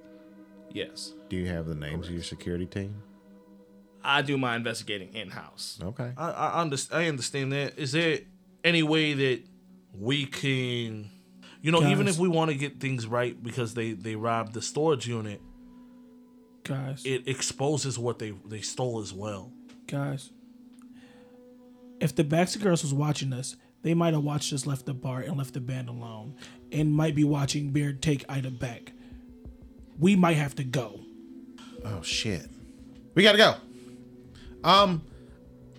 Yes.
Do you have the names of your security team?
I do my investigating in house.
Okay.
I, I, under, I understand that. Is there any way that we can, you know, even
Guys.
if we want to get things right because they they robbed the storage unit,
guys.
it exposes what they they stole as well.
guys. If the Backstreet Girls was watching us, they might have watched us left the bar and left the band alone, and might be watching Beard take Ida back. We might have to go.
Oh shit. We gotta go. Um,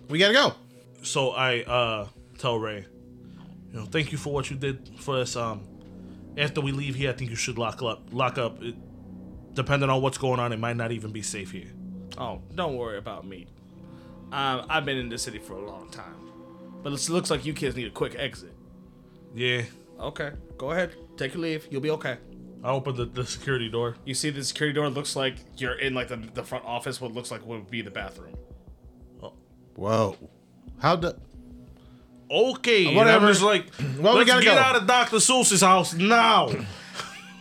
we gotta go.
So I uh tell Ray, you know, thank you for what you did for us. Um, after we leave here, I think you should lock up. Lock up. It, depending on what's going on, it might not even be safe here.
Oh, don't worry about me. Um, I've been in this city for a long time. But it looks like you kids need a quick exit.
Yeah.
Okay, go ahead. Take your leave. You'll be okay.
I opened the, the security door.
You see the security door looks like you're in like the, the front office, what looks like would be the bathroom.
Whoa. How do?
Okay. and
Whatever.
I'm just like,
Well, we
let's
gotta
get
go.
out of Dr. Seuss's house now.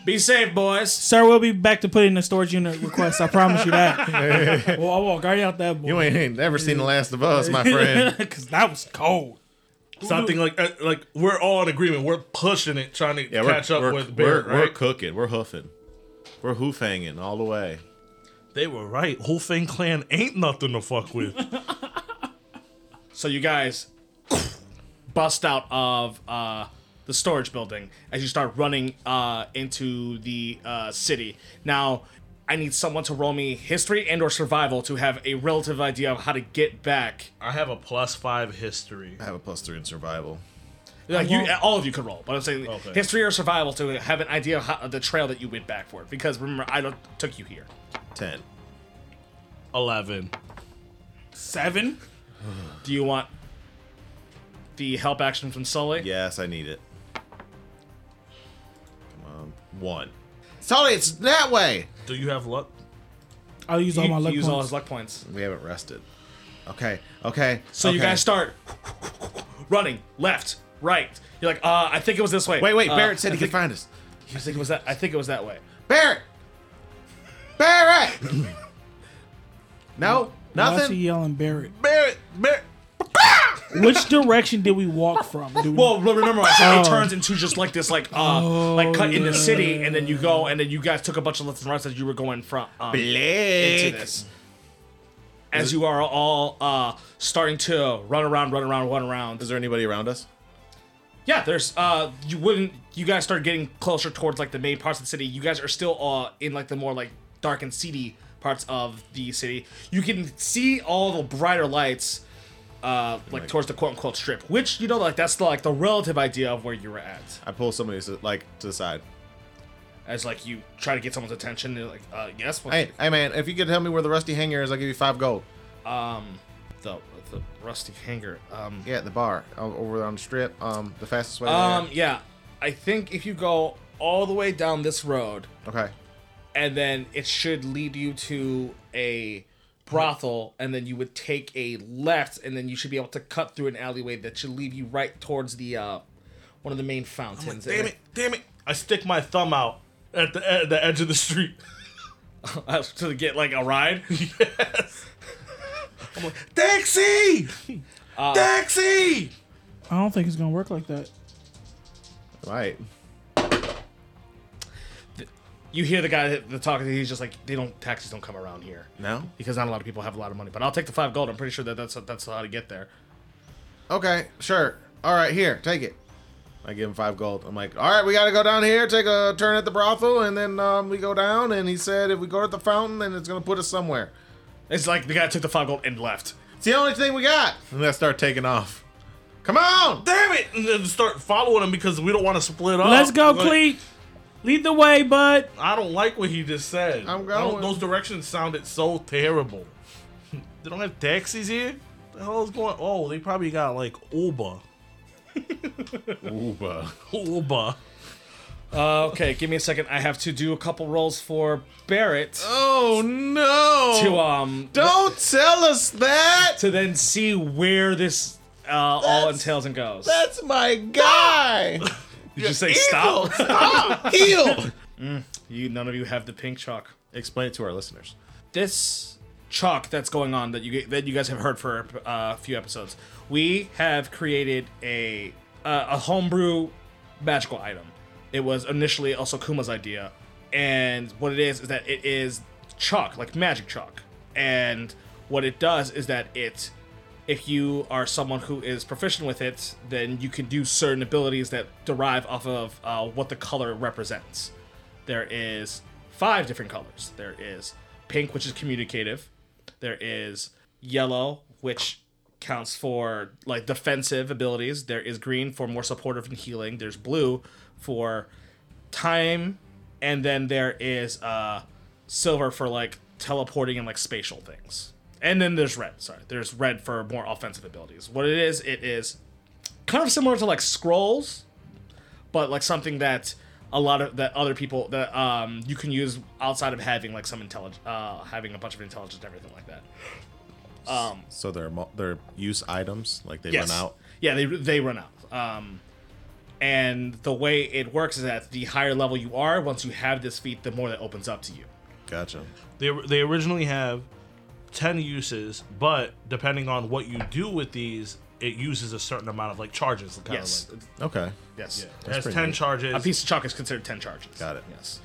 Be safe, boys.
Sir, we'll be back to put in the storage unit request. I promise you that. well, I walk right out that boy.
You ain't, ain't never seen the last of us, my friend.
Cause that was cold.
Something like uh, like we're all in agreement. We're pushing it, trying to
Yeah, we're,
catch up
we're,
with
we're,
Barrett.
we're
right?
cooking. We're hoofing. We're hoofanging all the way.
they were right. Whole thing clan ain't nothing to fuck with.
So you guys bust out of uh, the storage building as you start running uh, into the uh, city. Now, I need someone to roll me history and or survival to have a relative idea of how to get back.
I have a plus five history.
I have a plus three in survival.
Like you, all of you can roll, but I'm saying
Okay.
history or survival to have an idea of how, of the trail that you went back for. Because remember, I don't, took you here.
Ten.
Eleven.
Seven.
Do you want the help action from Sully?
Yes, I need it. Come on. One.
Sully, it's that way.
Do you have luck?
I'll use all
You-
my
you
luck
use all
points.
his luck points.
We haven't rested.
Okay. Okay.
So you
okay.
guys start running left, right. You're like, uh, I think it was this way.
Wait, wait.
Uh,
Barrett said
I
he could
think-
find us.
I think it was that. I think it was that way.
Barrett. Barrett. no.
Why is he
Nothing.
yelling Barrett?
Barrett. Barrett.
Which direction did we walk from? Do we
Well, re- remember, I said it
Oh.
turns into just like this, like uh, like cut in the city, and then you go, and then you guys took a bunch of lefts and rights as you were going from um, into this. As you are all uh, starting to run around, run around, run around.
Is there anybody around us?
Yeah, there's uh you wouldn't you guys start getting closer towards like the main parts of the city. You guys are still uh in like the more like dark and seedy parts of the city. You can see all the brighter lights uh like towards the quote unquote strip, which you know like that's the, like the relative idea of where you were at.
I pull somebody to, like to the side.
As like you try to get someone's attention, they're like, uh yes, what
Hey, hey, man. If you could tell me where the rusty hanger is, I'll give you five gold.
um the the rusty hanger. Um
Yeah, at the bar o- over on the strip. Um, the fastest way.
Um yeah. I think if you go all the way down this road,
there. Okay.
and then it should lead you to a brothel and then you would take a left and then you should be able to cut through an alleyway that should leave you right towards the uh one of the main fountains
Damn it. Damn it. I stick my thumb out at the at the edge of the street.
Uh, to get like a ride
yes. I'm like, taxi. taxi.
I don't think it's gonna work like that.
Right.
you hear the guy that the talking he's just like they don't taxis don't come around here
No?
because not a lot of people have a lot of money but i'll take the five gold i'm pretty sure that that's that's how to get there
Okay. Sure. All right. Here, take it.
I give him five gold. I'm like,
All right, we got to go down here, take a turn at the brothel, and then um, we go down. And he said, if we go to the fountain, then it's gonna put us somewhere.
it's like the guy took the five gold and left
It's the only thing we got.
and I start taking off.
Come on.
Damn it. And then start following him because we don't want to split
Oh,
up.
Let's go,
Like,
Cleet. Lead the way, bud.
I don't like what he just said.
I'm
I don't-
going.
Those directions sounded so terrible. they don't have taxis here. The hell's going? Oh, they probably got like Uber.
Uber.
Uber.
uh, okay give me a second i have to do a couple rolls for barrett
Oh no!
to um
Don't tell us that!
to then see where this uh, all entails and goes.
That's my guy!
Did you say stop? Mm,
Heal.
You none of you have the pink chalk.
Explain it to our listeners.
This chalk that's going on that you that you guys have heard for a uh, few episodes. We have created a uh, a homebrew magical item. It was initially also Kuma's idea, and what it is is that it is chalk, like magic chalk. And what it does is that it if you are someone who is proficient with it, then you can do certain abilities that derive off of uh, what the color represents. There is five different colors. There is pink, which is communicative. There is yellow, which counts for like defensive abilities. There is green for more supportive and healing. There's blue for time, and then there is uh, silver for like teleporting and like spatial things. And then there's red. Sorry, there's red for more offensive abilities. What it is, it is kind of similar to like scrolls, but like something that a lot of that other people that um you can use outside of having like some intelligence, uh, having a bunch of intelligence and everything like that. Um,
So they're mul- they're use items like they
yes.
run out.
Yeah, they they run out. Um, and the way it works is that the higher level you are, once you have this feat, the more that opens up to you.
Gotcha.
They they originally have ten uses, but depending on what you do with these, it uses a certain amount of like charges.
Oh,
Kind
yes,
Of like,
Okay.
yes.
it has
pretty
ten
neat.
charges.
A piece of chalk is considered ten charges.
Got it.
Yes.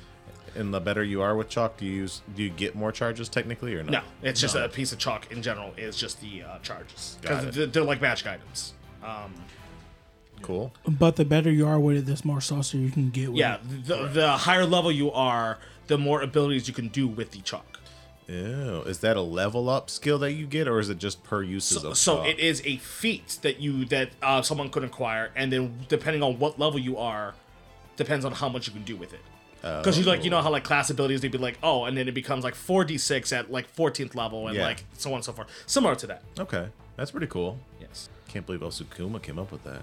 And the better you are with chalk, do you use do you get more charges technically or not?
No, it's just a piece of chalk in general. Is just the uh, charges
Got
because
it.
they're, they're like magic items. Um,
Cool.
But the better you are with it, the more saucer you can get with
yeah,
it.
the, the higher level you are, the more abilities you can do with the chalk.
Ew. Is that a level up skill that you get, or is it just per uses
So,
of
so
chalk?
it is a feat that you that uh, someone could acquire, and then depending on what level you are, depends on how much you can do with it. Because you like you know how like class abilities they'd be like oh, and then it becomes like four d six at like fourteenth level, and
Yeah.
like so on and so forth. Similar to that.
Oh, okay. That's pretty cool.
Yes.
Can't believe Osukuma came up with that.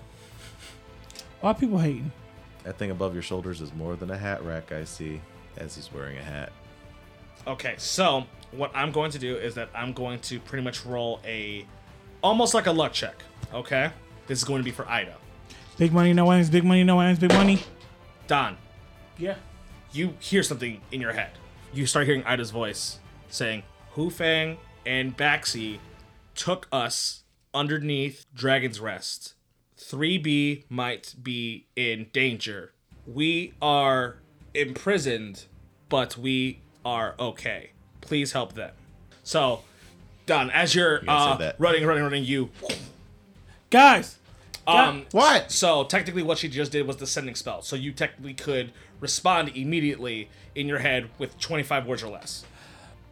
Why people hating?
That thing above your shoulders is more than a hat rack. I see, as he's wearing a hat.
Okay, so what I'm going to do is that I'm going to pretty much roll a almost like a luck check. Okay, this is going to be for Ida.
Big money, no wings. Big money, no wings. Big money.
Don,
Yeah.
you hear something in your head. You start hearing Ida's voice saying, Hu Fang and Baxi took us underneath Dragon's Rest. 3B might be in danger. We are imprisoned, but we are okay. Please help them. So, Don, as you're
gotta say
uh,
that.
running, running, running, you.
Guys,
Um,
What?
so technically, what she just did was the sending spell. So you technically could respond immediately in your head with 25 words or less.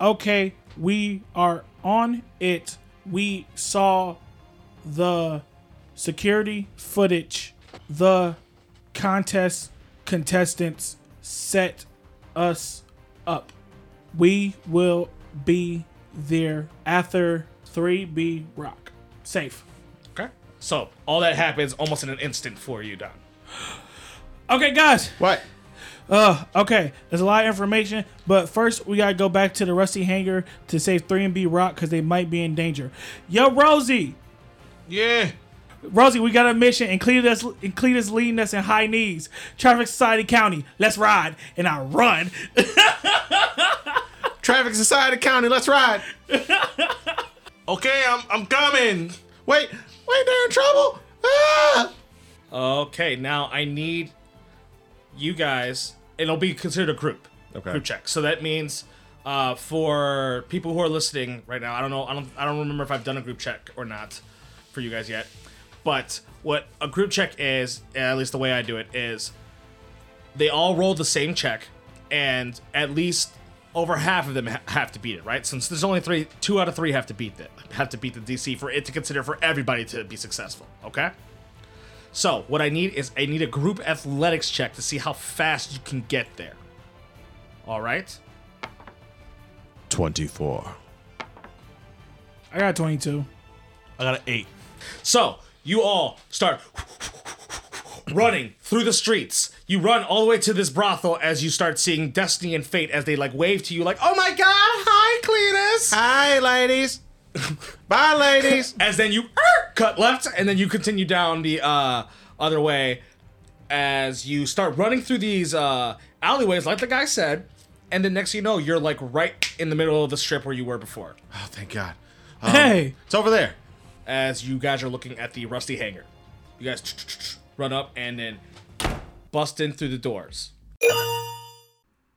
okay, we are on it. We saw the security footage. The contest contestants set us up. We will be there after 3B Rock. Safe.
Okay. So all that happens almost in an instant for you, Don.
Okay, guys.
What?
Uh, okay. There's a lot of information, but first we gotta go back to the Rusty Hangar to save three and B Rock because they might be in danger. Yo, Rosie,
yeah.
Rosie, we got a mission, and Cletus, and Cletus leading us in high knees. Traffic Society County, let's ride, and I run.
Traffic Society County. Let's ride.
Okay, I'm I'm coming.
Wait. Wait. They're in trouble. Ah!
Okay. Now I need you guys. It'll be considered a group.
Okay.
Group check. So that means uh, for people who are listening right now, I don't know. I don't. I don't remember if I've done a group check or not for you guys yet. But what a group check is, at least the way I do it, is they all roll the same check, and at least over half of them ha- have to beat it, right? Since there's only three, two out of three have to beat that, have to beat the DC for it to consider for everybody to be successful. Okay. So what I need is I need a group athletics check to see how fast you can get there. All right.
Twenty-four.
I got 22.
I got an eight.
So you all start running through the streets. You run all the way to this brothel as you start seeing destiny and fate as they like wave to you like, "Oh my god, hi Cletus."
Hi, ladies. Bye, ladies.
As then you er, cut left and then you continue down the uh, other way as you start running through these uh, alleyways, like the guy said, and then next thing you know, you're like right in the middle of the strip where you were before.
Oh, thank God.
hey,
It's over there.
As you guys are looking at the rusty hangar, you guys run up and then bust in through the doors.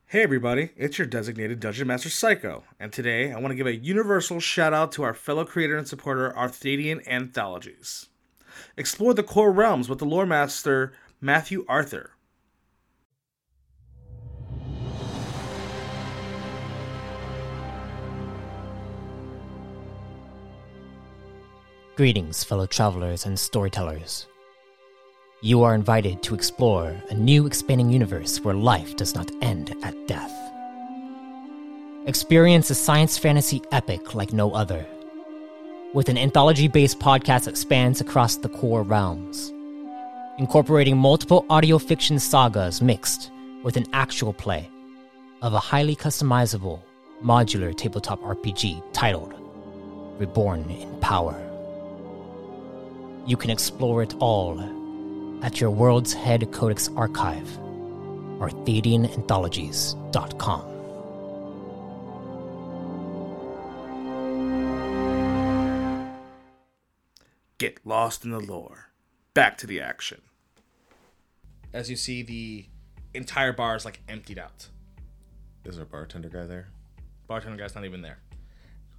Hey everybody, it's your designated Dungeon Master Psycho, and today I want to give a universal shout out to our fellow creator and supporter Arthadian Anthologies. Explore the core realms with the lore master Matthew Arthur.
Greetings, fellow travelers and storytellers. You are invited to explore a new expanding universe where life does not end at death. Experience a science fantasy epic like no other, with an anthology based podcast that spans across the core realms, incorporating multiple audio fiction sagas mixed with an actual play of a highly customizable, modular tabletop RPG titled Reborn in Power you can explore it all at your World's Head Codex Archive or ThadianAnthologies.com.
Get lost in the lore. Back to the action. As you see, the entire bar is like emptied out.
Is there a bartender guy there?
Bartender guy's not even there.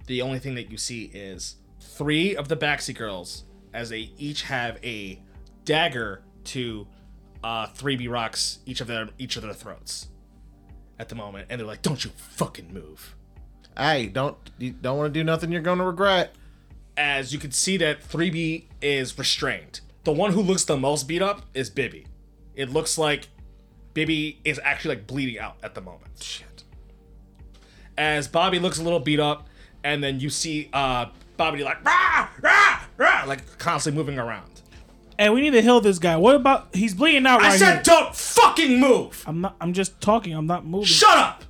The only thing that you see is three of the backseat girls as they each have a dagger to uh, three B rocks each of their each of their throats at the moment, and they're like, "Don't you fucking move!"
Hey, don't you don't want to do nothing you're gonna regret.
As you can see that three B is restrained. The one who looks the most beat up is Bibby. It looks like Bibby is actually like bleeding out at the moment.
Shit.
as Bobby looks a little beat up, and then you see uh, Bobby like rah rah rah, like constantly moving around.
hey, we need to heal this guy. What about he's bleeding out
I
right
said,
here?
don't fucking move.
I'm not. I'm just talking. I'm not moving.
Shut up.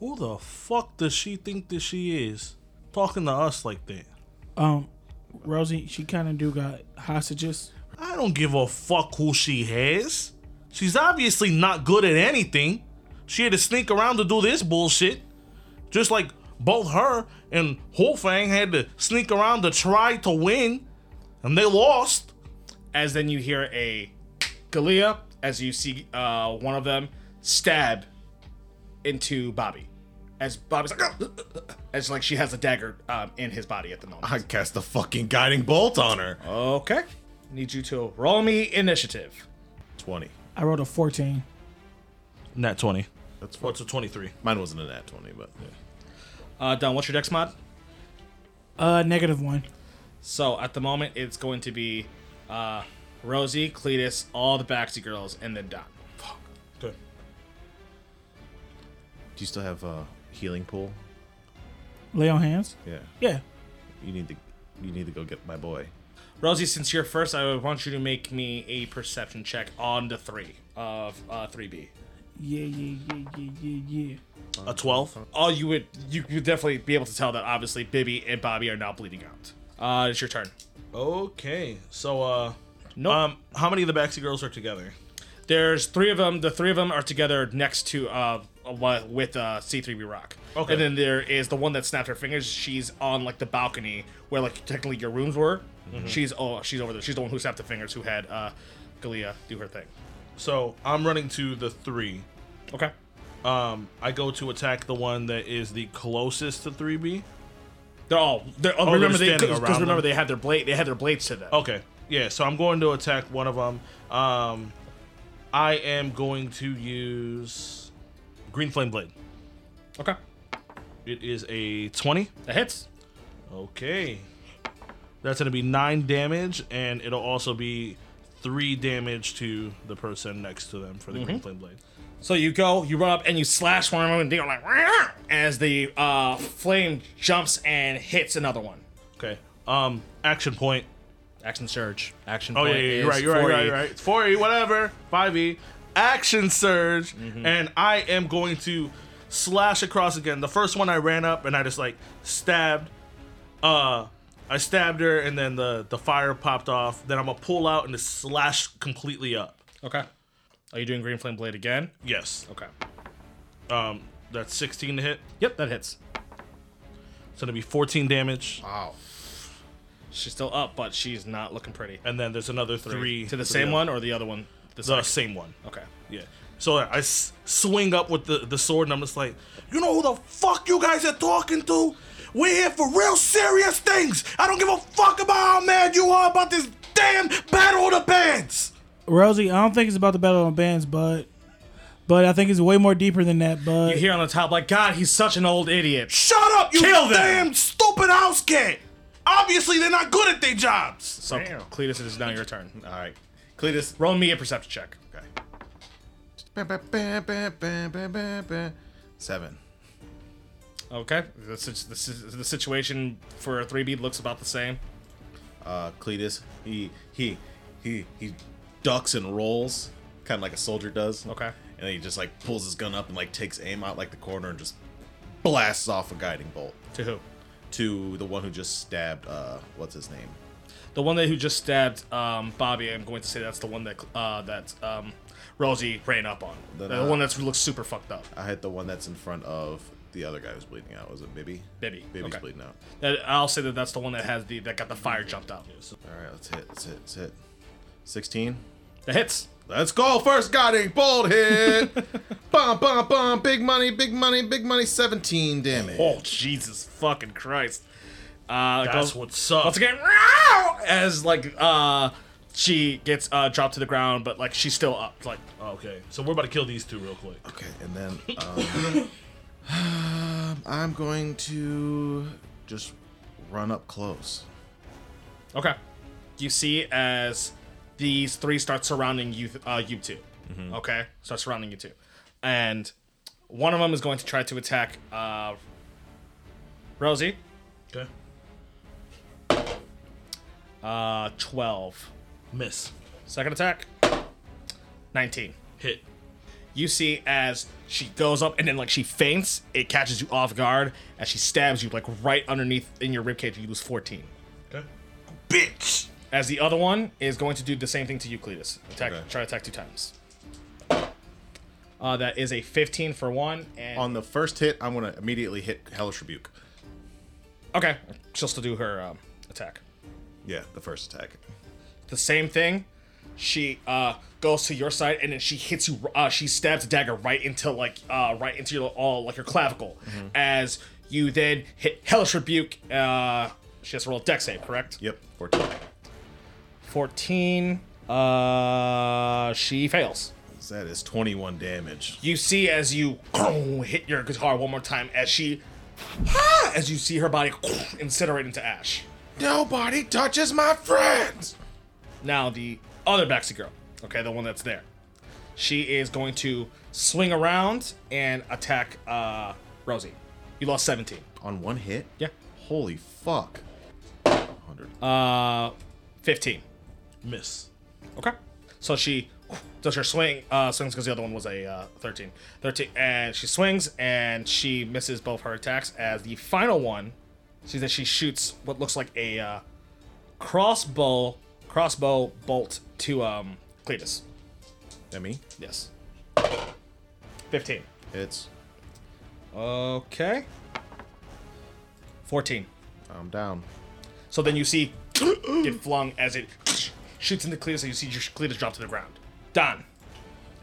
Who the fuck does she think that she is talking to us like that?
Um, Rosie, she kind of do got hostages.
I don't give a fuck who she has. She's obviously not good at anything. She had to sneak around to do this bullshit. Just like both her and Wolfang had to sneak around to try to win, and they lost.
As then you hear a Galia, as you see uh, one of them stab into Bobby, as Bobby's like, "Ugh, ugh, ugh," as like she has a dagger um, in his body at the moment.
I cast a fucking guiding bolt on her.
Okay, need you to roll me initiative.
20.
I rolled a 14.
Nat 20.
That's
What's Oh, a 23?
Mine wasn't a nat 20, but yeah.
Uh, Don, what's your dex mod?
Uh, negative one.
So at the moment, it's going to be uh, Rosie, Cletus, all the Baxi girls, and then Don.
Okay.
Do you still have a uh, healing pool?
Lay on hands.
Yeah.
Yeah.
You need to you need to go get my boy.
Rosie, since you're first, I would want you to make me a perception check on the three of uh, 3B.
Yeah, yeah, yeah, yeah, yeah, yeah.
A 12?
All you would you would definitely be able to tell that obviously Bibby and Bobby are now bleeding out. Uh, it's your turn.
Okay. So, uh,
Nope.
um, how many of the Baxi girls are together?
There's three of them. The three of them are together next to uh wa- with uh C3B Rock.
Okay.
And then there is the one that snapped her fingers. She's on like the balcony where like technically your rooms were. She's oh she's over there. She's the one who snapped the fingers who had uh Galia do her thing.
So, I'm running to the three.
Okay.
Um, I go to attack the one that is the closest to 3B.
They're all they're, oh,
they're
remember they
standing
because
around
remember
them?
they had their blade they had their blades to them.
Okay. Yeah, so I'm going to attack one of them. Um, I am going to use Green Flame Blade.
Okay.
It is a 20.
That hits.
Okay. That's going to be 9 damage, and it'll also be 3 damage to the person next to them for
Mm-hmm.
the Green Flame Blade.
So you go, you run up, and you slash one of them, and they go like "Rah!" as the uh, flame jumps and hits another one.
Okay. Um, action point.
Action surge. Action.
Oh,
point
yeah, yeah,
is E.
you're right, you're right, you're
4E.
right, you're right. It's 4E, whatever. 5E. Action surge.
Mm-hmm.
And I am going to slash across again. The first one I ran up and I just like stabbed. Uh I stabbed her and then the the fire popped off. Then I'm gonna pull out and just slash completely up.
Okay. Are you doing Green Flame Blade again?
Yes.
Okay.
Um, that's 16 to hit.
Yep, that hits.
It's gonna be 14 damage,
Wow. She's still up, but she's not looking pretty.
and then there's another three,
to the
for
same
other-
one or the other one? The
The
second?
same one.
Okay.
Yeah. So I I s- swing up with the, the sword, and I'm just like, you know who the fuck you guys are talking to? We're here for real serious things. I don't give a fuck about how mad you are about this damn battle of the bands.
Rosie, I don't think it's about the battle on bands, but but I think it's way more deeper than that. But
You hear on the top, like, God, he's such an old idiot.
Shut up, you
Kill them.
damn stupid house cat. Obviously, they're not good at their jobs.
So, Cletus, it is now your turn.
All right. Cletus.
Roll me a perception check.
Okay. Bam, bam, bam, bam, bam, bam, bam, bam. Seven.
Okay. The, si- the, si- the situation for a 3B looks about the same.
Uh, Cletus, he he he he ducks and rolls, kind of like a soldier does.
Okay.
And then he just like pulls his gun up and like takes aim out like the corner and just blasts off a guiding bolt
To who?
to the one who just stabbed. Uh, what's his name?
The one that who just stabbed um, Bobby, I'm going to say that's the one that uh, that um, Rosie ran up on. The,
Then, uh,
one that's looks super fucked up.
I hit the one that's in front of the other guy who's bleeding out. Was it Bibby?
Bibby,
Bibby's
okay.
bleeding out.
That, Uh, I'll say that that's the one that has the that got the fire jumped out.
All right, let's hit. Let's hit. Let's hit. Sixteen.
That hits.
Let's go. First guiding bolt hit. bum bum bum. Big money. Big money. Big money. Seventeen damage.
Oh Jesus fucking Christ! Uh,
That's
goes-
what's up.
once again "Row!" as like uh, she gets uh, dropped to the ground, but like she's still up. Like
Okay, so we're about to kill these two real quick.
Okay, and then um, I'm going to just run up close.
okay, you see as these three start surrounding you, th- uh, you 2 Okay, start surrounding you two, and one of them is going to try to attack uh, Rosie.
Okay,
Uh, twelve.
miss,
Second attack. Nineteen.
hit.
You see as she goes up and then like she faints, it catches you off guard as she stabs you like right underneath in your ribcage. You lose 14.
Okay, bitch.
As the other one is going to do the same thing to Euclidus. Attack,
Okay.
try to attack two times. Uh, that is a 15 for one and
On the first hit, I'm gonna immediately hit Hellish Rebuke.
okay, she'll still do her um, attack.
Yeah, the first attack.
The same thing. She uh, goes to your side and then she hits you. Uh, she stabs a dagger right into like uh, right into your all like your clavicle. As you then hit hellish rebuke. Uh, she has to roll a dex save, correct?
Yep, 14.
Fourteen. Uh, she fails.
That is 21 damage.
You see as you hit your guitar one more time as she, as you see her body incinerate into ash.
Nobody touches my friends.
Now the other backseat girl, okay, the one that's there, she is going to swing around and attack uh, Rosie. You lost 17.
On one hit?
Yeah.
Holy fuck. 100.
Uh, 15.
Miss.
Okay. So she does her swing, uh, swings because the other one was a uh, 13. 13, and she swings and she misses both her attacks. As the final one, she that she shoots what looks like a uh, crossbow, crossbow bolt to um, Cletus.
That me?
Yes. 15.
It's.
Okay. 14.
I'm down.
So then you see get flung as it shoots into Cletus and you see your Cletus drop to the ground. Don,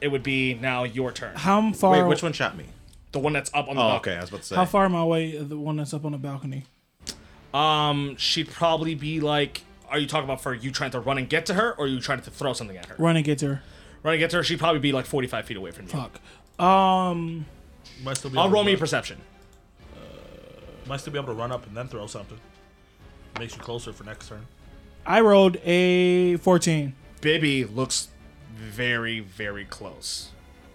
it would be now your turn.
how far?
Wait, which one shot me?
The one that's up on the
Oh,
balcony.
okay. I was about to say.
How far am I away? of The one that's up on the balcony.
Um, she'd probably be like, are you talking about for you trying to run and get to her or are you trying to throw something at her?
Run and get to her.
Run and get to her, she'd probably be like 45 feet away from you.
Fuck. Um,
Might still be
I'll
able to
roll me a
run-
perception.
Might still be able to run up and then throw something. Makes you closer for next turn.
I rolled a fourteen.
Bibby looks very, very close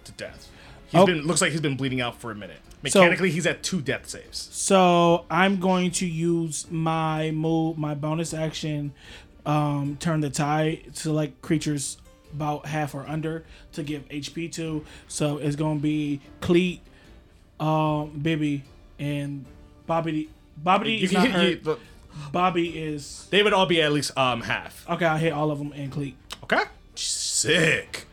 to death. He's
Oh.
been looks like he's been bleeding out for a minute.
So-
Mechanically, he's at two death saves.
So I'm going to use my move, my bonus action, um, turn the tide to like creatures about half or under to give HP to. So it's gonna be Cleet, um, Bibby, and Bobby. Bobby
You
is
can
not
hit- you-
hurt. Bobby is
they would all be at least um half.
okay. I hit all of them and Cleet.
Okay.
Sick.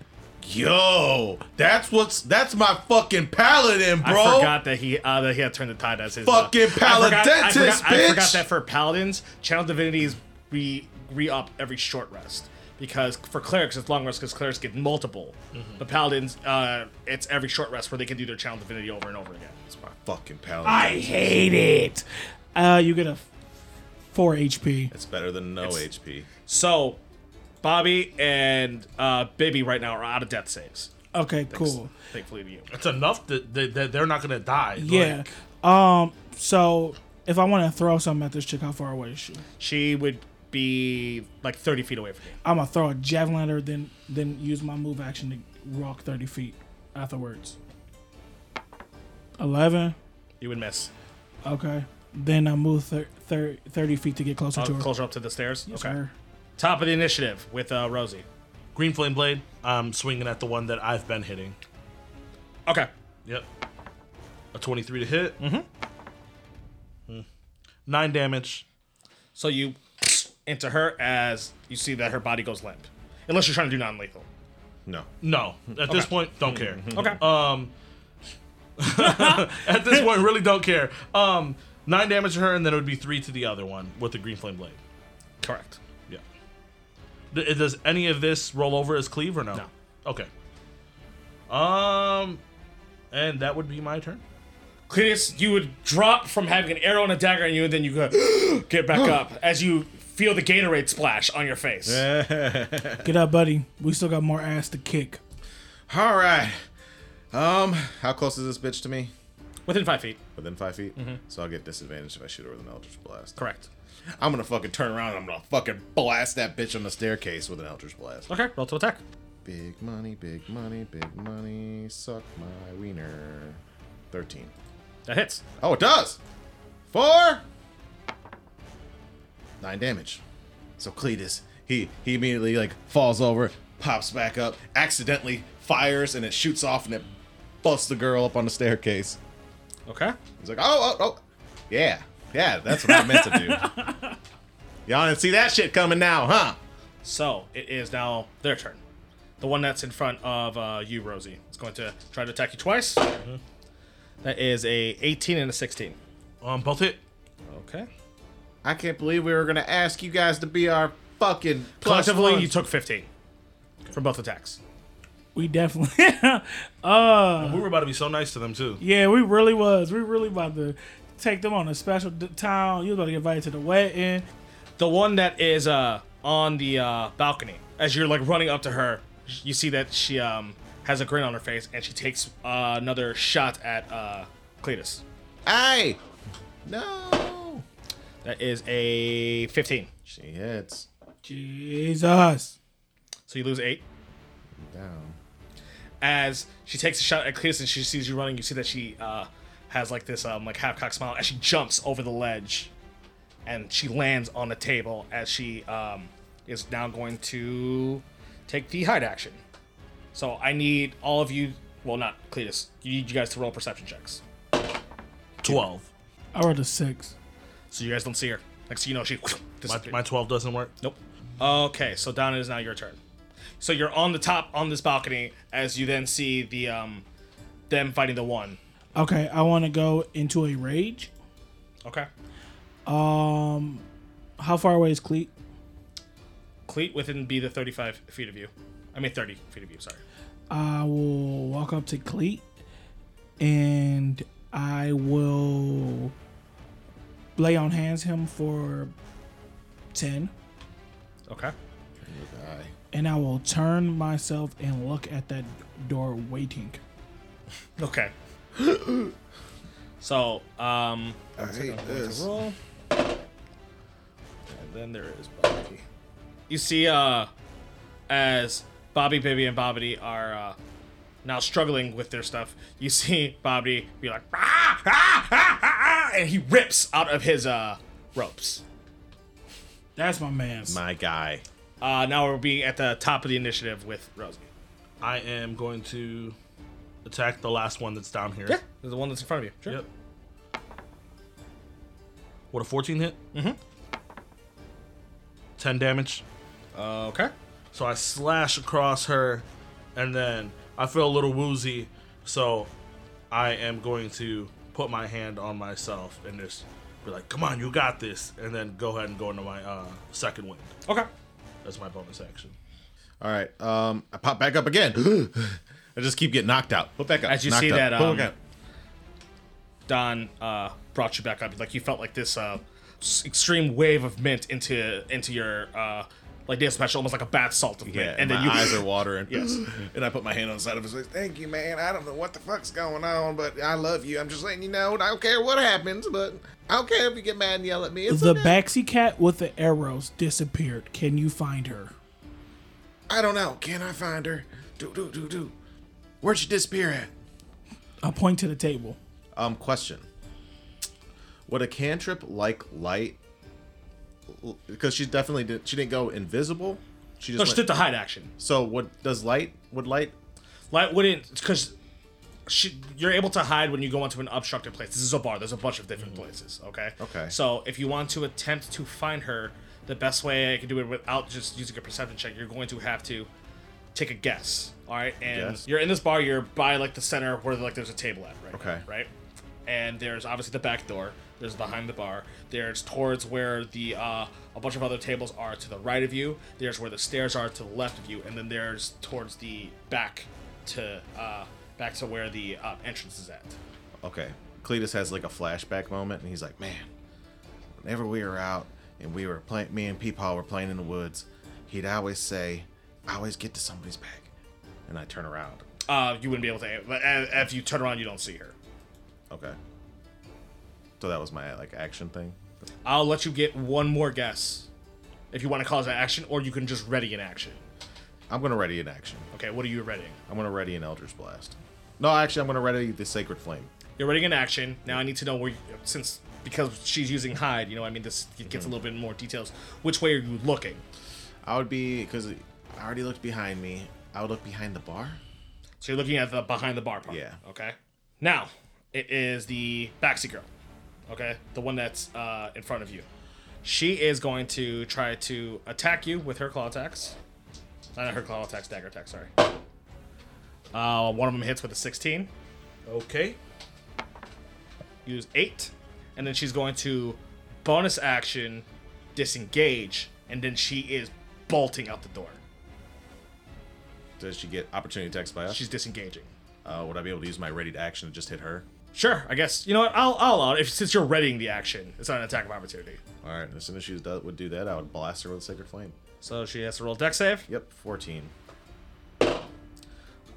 yo, that's what's that's my fucking paladin, bro.
I forgot that he uh, that he had turned the tie dye. as his,
Fucking
uh, I forgot- I
paladentist,
forgot- I forgot
bitch.
that for paladins, channel divinities re re up every short rest because for clerics it's long rest because clerics get multiple.
Mm-hmm.
But paladins, uh, it's every short rest where they can do their channel divinity over and over again.
That's my fucking paladin.
I hate it. Uh, you get a f- four HP.
it's better than no HP.
So, Bobby and uh, Bibby right now are out of death saves.
Okay, cool.
Thankfully to you.
It's enough that, that, that they're not gonna die.
Yeah.
Like,
Um. So if I want to throw something at this chick, how far away is she?
She would be like 30 feet away from you.
I'm gonna throw a javelin at her, then then use my move action to walk 30 feet afterwards. 11.
You would miss.
Okay. Then I move thir- thir- 30 feet to get closer
Uh,
to her.
closer up to the stairs.
Yes,
okay.
sir.
Top of the initiative with uh, Rosie.
Green flame blade. I'm swinging at the one that I've been hitting.
Okay.
Yep. A 23 to hit. Mm-hmm. Nine damage.
So you into her as you see that her body goes limp. Unless you're trying to do non lethal.
No.
No, at this point, don't care.
Okay.
Uh,
Um, at this point, really don't care. Um, nine damage to her, and then it would be three to the other one with the green flame blade.
Correct.
Yeah. Th- Does any of this roll over as cleave or no? No. Okay. Um, and that would be my turn.
Cletus, you would drop from having an arrow and a dagger in you, and then you go get back up as you feel the Gatorade splash on your face.
Get up, buddy. We still got more ass to kick.
All right. Um, how close is this bitch to me?
Within five feet.
Within five feet. So I'll get disadvantage if I shoot her with an Eldritch Blast.
Correct.
I'm gonna fucking turn around and I'm gonna fucking blast that bitch on the staircase with an Eldritch Blast.
Okay, roll to attack.
Big money, big money, big money. Suck my wiener. 13.
That hits.
Oh, it does. Four. Nine damage. So Cletus, he he immediately like falls over, pops back up, accidentally fires, and it shoots off and it busts the girl up on the staircase.
Okay.
He's like, oh, oh, oh, yeah, yeah, that's what I meant to do. Y'all didn't see that shit coming now, huh?
So it is now their turn. The one that's in front of uh, you, Rosie, is going to try to attack you twice.
Mm-hmm.
That is a 18 and a 16.
Um, both hit.
Okay.
I can't believe we were gonna ask you guys to be our fucking plus
Collectively,
one.
you took 15 from both attacks.
We definitely. Oh,
Um, We were about to be so nice to them too.
yeah, we really was. We really about to take them on a special d- town. You was about to get invited to the wedding.
The one that is uh, on the uh, balcony, as you're like running up to her, you see that she um, has a grin on her face and she takes uh, another shot at uh, Cletus.
Hey, no,
That is a 15.
she hits
Jesus.
So you lose eight.
down.
as she takes a shot at Cletus and she sees you running, you see that she uh, has like this um, like half cock smile as she jumps over the ledge, and she lands on the table as she um, is now going to take the hide action. So I need all of you, well not Cletus, you need you guys to roll perception checks,
Twelve.
I rolled a six.
so you guys don't see her. Next, thing you know, she.
My,
disappears.
my twelve doesn't work.
Nope. Okay, so Don, it is now your turn. So you're on the top on this balcony as you then see the um, them fighting the one.
Okay, I want to go into a rage.
Okay.
Um, how far away is Cleet?
Cleat within be the 35 feet of you. I mean 30 feet of you, sorry.
I will walk up to Cleet and I will lay on hands him for 10
Okay.
Aye.
and I will turn myself and look at that door waiting.
Okay. so, um
I hate this.
roll. And then there is Bobby. You see uh as Bobby Bibby and Bobbity are uh now struggling with their stuff, you see Bobbity be like ah, ah, ah, ah, ah," and he rips out of his uh ropes.
That's my man's.
My guy.
Uh now we'll be at the top of the initiative with Rosie.
I am going to attack the last one that's down here.
The one that's in front of you. Sure.
Yep. What a 14 hit? Mm-hmm. 10 damage.
Okay.
So I slash across her and then I feel a little woozy, so I am going to put my hand on myself and just be like, "Come on, you got this!" And then go ahead and go into my uh, second wind.
Okay.
That's my bonus action.
All right. Um, I pop back up again. I just keep getting knocked out. Put back up.
As you
knocked
see
up,
that,
put
um,
back up.
Don uh, brought you back up. Like you felt like this uh, s- extreme wave of mint into into your uh, like damn special, almost like a bath salt of mint.
Yeah,
and then
my
you
eyes are watering.
Yes.
And I put my hand on the side of his face. Thank you, man. I don't know what the fuck's going on, but I love you. I'm just letting you know. I don't care what happens, but I don't care if you get mad and yell at me. It's
The
okay.
backseat cat with the arrows disappeared. Can you find her?
I don't know. Can I find her? Do do do do. Where'd she disappear at?
I point to the table.
Um, question. Would a cantrip like light? Because she definitely did. She didn't go invisible. She just.
no, she
went-
did the hide action.
so what does light? Would light?
Light wouldn't because she you're able to hide when you go into an obstructed place. This is a bar. There's a bunch of different places. Okay.
Mm-hmm. Okay.
So if you want to attempt to find her, the best way I can do it without just using a perception check, you're going to have to take a guess. All right. And
Guess.
you're in this bar. You're by like the center where like there's a table at. Right.
Okay.
Right. And there's obviously the back door. There's behind the bar. There's towards where the uh, a bunch of other tables are to the right of you. There's where the stairs are to the left of you, and then there's towards the back to uh, back to where the uh, entrance is at.
Okay. Cletus has like a flashback moment, and he's like, "Man, whenever we were out and we were playing, me and Peepaw were playing in the woods, he'd always say, I always get to somebody's back.'" And I turn around.
Uh, you wouldn't be able to. But a- if you turn around, you don't see her.
Okay. So that was my like action thing.
I'll let you get one more guess, if you want to call it an action, or you can just ready an action.
I'm gonna ready an action.
Okay, what are you readying?
I'm gonna ready an Elder's Blast. No, actually, I'm gonna ready the Sacred Flame.
You're readying an action. Now I need to know where, you, since because she's using hide. You know, what I mean, this it gets a little bit more details. Which way are you looking?
I would be because I already looked behind me. I would look behind the bar.
So you're looking at the behind the bar part.
Yeah.
Okay. Now it is the backseat girl. Okay, the one that's uh, in front of you. She is going to try to attack you with her claw attacks. Not her claw attacks, dagger attacks. Sorry. Uh, one of them hits with a 16.
Okay.
Use eight, and then she's going to bonus action disengage, and then she is bolting out the door.
Does she get opportunity attacks by us?
She's disengaging.
Uh, would I be able to use my ready to action to just hit her?
Sure, I guess. You know what? I'll I'll allow it. If since you're readying the action, it's not an attack of opportunity.
All right. As soon as she do- would do that, I would blast her with Sacred Flame.
So she has to roll a deck save.
Yep, 14.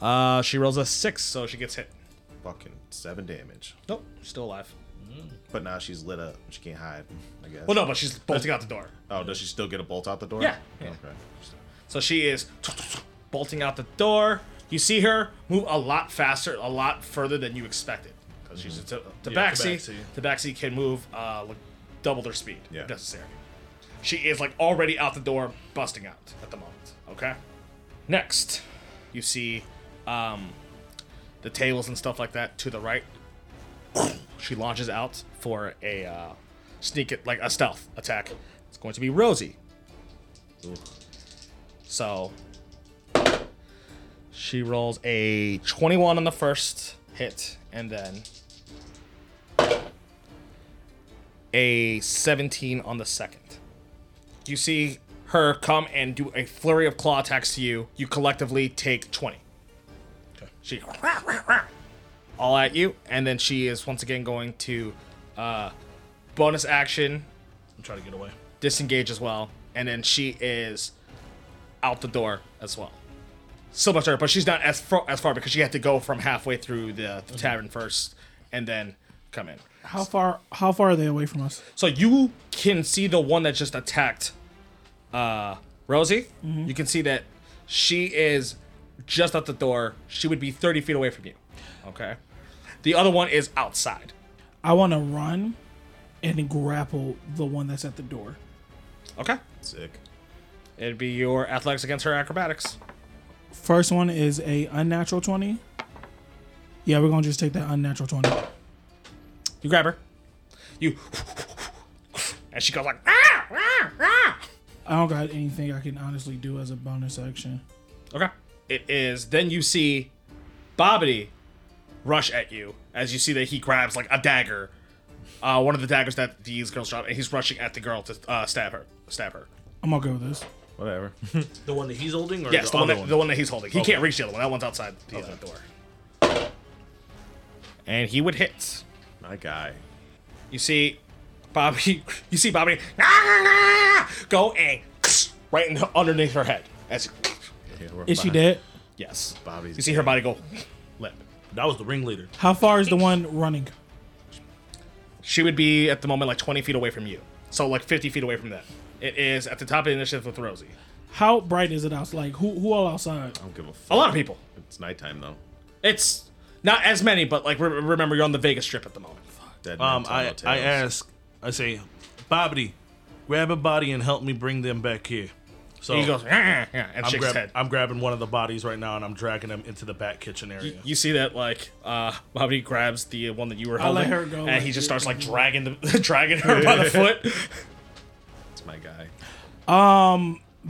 Uh, she rolls a six, so she gets hit.
Fucking seven damage.
Nope, she's still alive.
But now she's lit up. She can't hide. I guess.
Well, no, but she's bolting out the door.
Oh, does she still get a bolt out the door?
Yeah, yeah.
Okay.
So she is bolting out the door. You see her move a lot faster, a lot further than you expected. Because she's a t-
Yeah,
tabaxi.
tabaxi.
tabaxi can move uh, like double their speed
Yeah.
if necessary. She is like already out the door, busting out at the moment. Okay? Next, you see um, the tables and stuff like that to the right. She launches out for a uh, sneak, it, like a stealth attack. It's going to be Rosie. So she rolls a 21 on the first hit and then a 17 on the second. You see her come and do a flurry of claw attacks to you. You collectively take 20. She all at you, and then she is once again going to uh, bonus action
I'm trying to get away.
disengage as well, and then she is out the door as well. So much better, but she's not as far, as far because she had to go from halfway through the, the tavern first and then come in.
How far? How far are they away from us?
So you can see the one that just attacked uh, Rosie. You can see that she is just out the door. She would be 30 feet away from you. Okay. The other one is outside.
I want to run and grapple the one that's at the door.
Okay.
Sick.
It'd be your athletics against her acrobatics.
First one is a unnatural twenty. Yeah, we're gonna just take that unnatural twenty.
You grab her. You. And she goes like, ah, ah, ah.
I don't got anything I can honestly do as a bonus action.
Okay. it is. Then you see Bobbity rush at you as you see that he grabs like a dagger, uh, one of the daggers that these girls drop, and he's rushing at the girl to uh, stab her. Stab her.
I'm gonna go with this.
Whatever.
The one that he's holding, or
Yes,
the
the one,
other
that,
one?
the one that he's holding. He can't reach the other one. That one's outside the other door. And he would hit.
My guy.
You see Bobby. You see Bobby "Ah!" go and right in, underneath her head. As
Yeah, we're
Is she
behind.
dead?
yes,
Bobby's
You see her body go limp.
That was the ringleader.
How far is the one running?
She would be at the moment like 20 feet away from you. So like 50 feet away from them. It is at the top of the initiative with Rosie.
How bright is it out? Like who who all outside?
I don't give a fuck.
A lot of people.
It's nighttime though.
It's not as many, but like re- remember you're on the Vegas Strip at the moment.
Dead
Um,
men tell no
I, I
tales.
ask, I say, Bobbity, grab a body and help me bring them back here. So
He goes "Ah," yeah, and
Oh. I'm,
shakes his
grab-
head.
I'm grabbing one of the bodies right now and I'm dragging them into the back kitchen area.
You see that like uh Bobby grabs the one that you were
I
holding
let her go,
and
like,
he just
dude.
starts like dragging the dragging her by the foot.
It's my guy.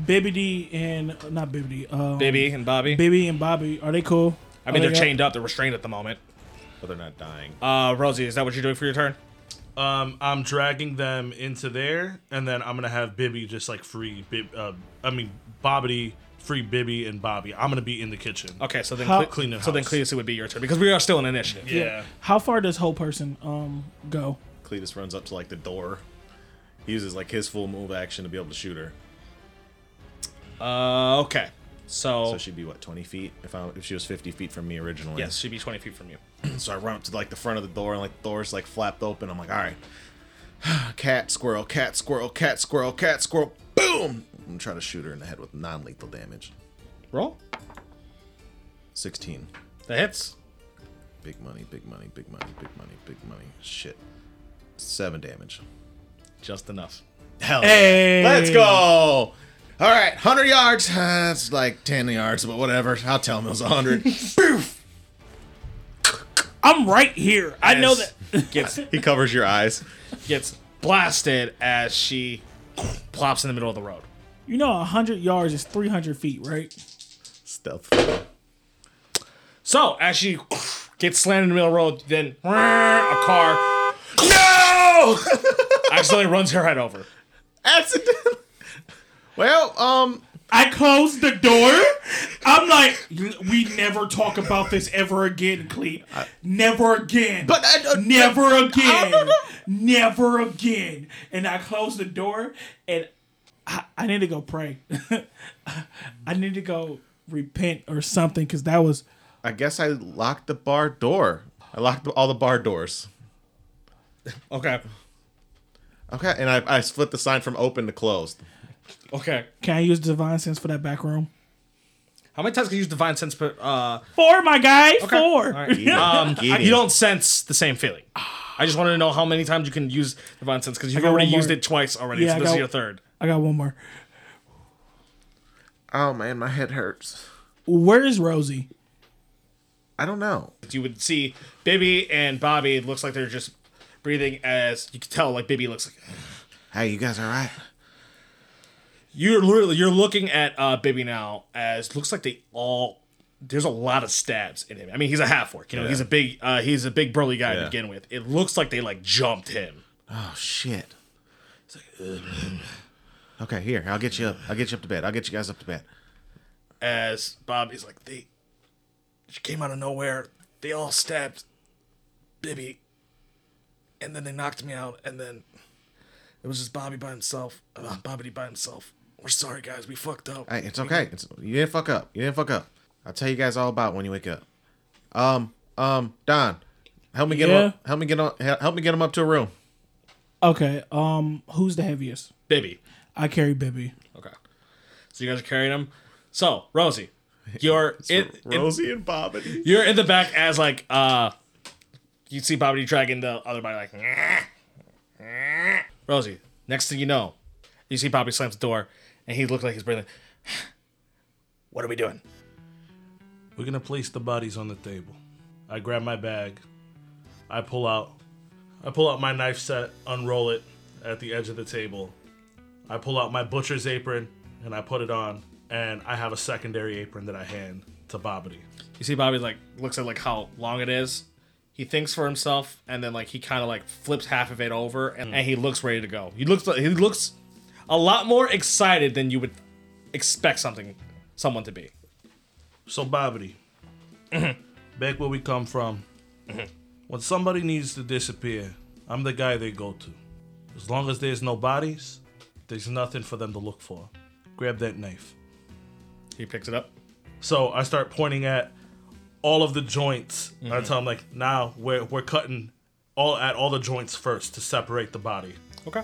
Bibbidi and not Bibbidi. Um,
Bibby and Bobby.
Bibby and Bobby. Are they cool?
I mean
Are
they're
they
chained up, they're restrained at the moment.
But they're not dying.
Uh Rosie, is that what you're doing for your turn?
Um, I'm dragging them into there, and then I'm gonna have Bibby just like free Bib. Uh, I mean, Bobbity free Bibby and Bobby. I'm gonna be in the kitchen.
Okay, so then
How-
Cle-
Clean the
so then
house.
Cletus it would be your turn because we are still in initiative.
Yeah.
How far does whole person um go?
Cletus runs up to like the door. He uses like his full move action to be able to shoot her.
Uh, okay. So,
So she'd be what, 20 feet? If I if she was 50 feet from me originally.
yes, she'd be 20 feet from you.
So I run up to like the front of the door and like the door's like flapped open. I'm like, all right. cat squirrel, cat squirrel, cat squirrel, cat squirrel. Boom! I'm gonna try to shoot her in the head with non-lethal damage.
Roll.
16.
That hits.
Big money, big money, big money, big money, big money. Shit. Seven damage.
Just enough.
Hell yeah. Let's go. All right, 100 yards. That's like 10 yards, but whatever. I'll tell him it was 100. Poof.
I'm right here. I know that.
As gets
He covers your eyes.
gets blasted as she plops in the middle of the road.
You know, 100 yards is 300 feet, right?
Stealth.
So as she gets slammed in the middle of the road, then a car no accidentally runs her head over.
Accident. Well, um,
I closed the door. I'm like, we never talk about this ever again, Cleet. Never again.
but I don't-
never
I
again.
don't know.
Never again. And I closed the door and I, I need to go pray. I need to go repent or something because that was.
I guess I locked the bar door. I locked all the bar doors.
Okay.
Okay, and I, I flipped the sign from open to closed.
Okay.
Can I use divine sense for that back room?
How many times can you use divine sense per uh
Four, my guy. Four.
All right. Um,
Gideon.
you don't sense the same feeling. I just wanted to know how many times you can use divine sense because you've
got
already
one more.
used it twice already.
Yeah,
so
I
this is
got-
your third.
I got one more.
Oh man, my head hurts.
Where is Rosie?
I don't know.
You would see Bibby and Bobby. It looks like they're just breathing as you can tell. Like Bibby looks like
Hey, you guys all right?
you're literally you're looking at uh, Bibby now as looks like they all. There's a lot of stabs in him. I mean, he's a half orc. You know, he's a big uh, he's a big burly guy to
Yeah.
begin with. It looks like they like jumped him.
Oh shit. okay, here. I'll get you up. I'll get you up to bed. I'll get you guys up to bed.
as Bobby's like, they she came out of nowhere. They all stabbed Bibby. And then they knocked me out. And then it was just Bobby by himself. Uh, Bobbity by himself. We're sorry, guys. We fucked up.
Hey, it's okay. It's, you didn't fuck up. You didn't fuck up. I'll tell you guys all about when you wake up. Um, um, Don, help me get him
Yeah?
up. Help me get on. Help me get him up to a room.
Okay. Um, who's the heaviest?
Bibby.
I carry Bibby.
Okay. So you guys are carrying him. So, Rosie, you're in, in-
and Bobbity.
you're in the back as like uh you see Bobby dragging the other body like "Nyeh, nyeh." Rosie, next thing you know, you see Bobby slams the door and he looks like he's breathing. What are we doing?
We're gonna place the bodies on the table. I grab my bag. I pull out. I pull out my knife set, unroll it at the edge of the table. I pull out my butcher's apron and I put it on. and I have a secondary apron that I hand to Bobbity.
You see, Bobby like looks at like how long it is. He thinks for himself, and then like he kind of like flips half of it over, and, and he looks ready to go. He looks like he looks a lot more excited than you would expect something someone to be.
So, Bobbity, back where we come from, when somebody needs to disappear, I'm the guy they go to. As long as there's no bodies, there's nothing for them to look for. Grab that knife.
He picks it up.
So I start pointing at all of the joints. And I tell him like, now we're we're cutting all at all the joints first to separate the body.
Okay.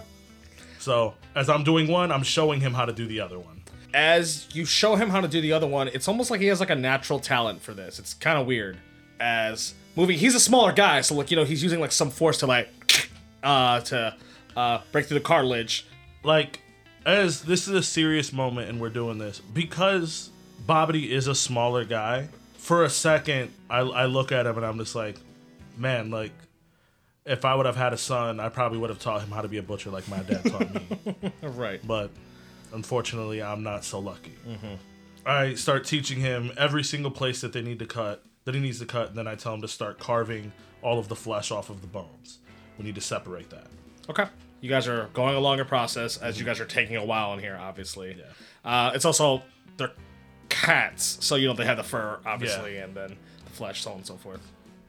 So as I'm doing one, I'm showing him how to do the other one.
As you show him how to do the other one, it's almost like he has like a natural talent for this. It's kind of weird. As moving, he's a smaller guy, so like you know he's using like some force to like uh to uh break through the cartilage.
Like, as this is a serious moment and we're doing this because Bobbity is a smaller guy. For a second, I, I look at him and I'm just like, man, like, if I would have had a son, I probably would have taught him how to be a butcher like my dad taught me.
Right.
but unfortunately, I'm not so lucky. I start teaching him every single place that they need to cut, that he needs to cut, and then I tell him to start carving all of the flesh off of the bones. We need to separate that.
Okay. You guys are going along a process as you guys are taking a while in here, obviously. Yeah. Uh, it's also they're cats, so you know they have the fur, obviously, and then the flesh, so on and so forth.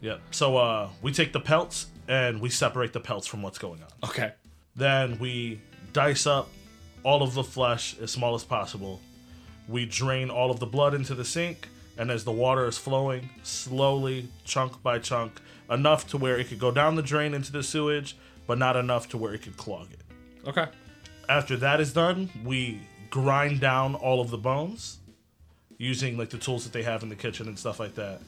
Yep. So uh, we take the pelts and we separate the pelts from what's going on.
Okay.
Then we dice up all of the flesh as small as possible. We drain all of the blood into the sink, and as the water is flowing, slowly, chunk by chunk, enough to where it could go down the drain into the sewage, but not enough to where it could clog it.
Okay.
After that is done, we grind down all of the bones using like the tools that they have in the kitchen and stuff like that.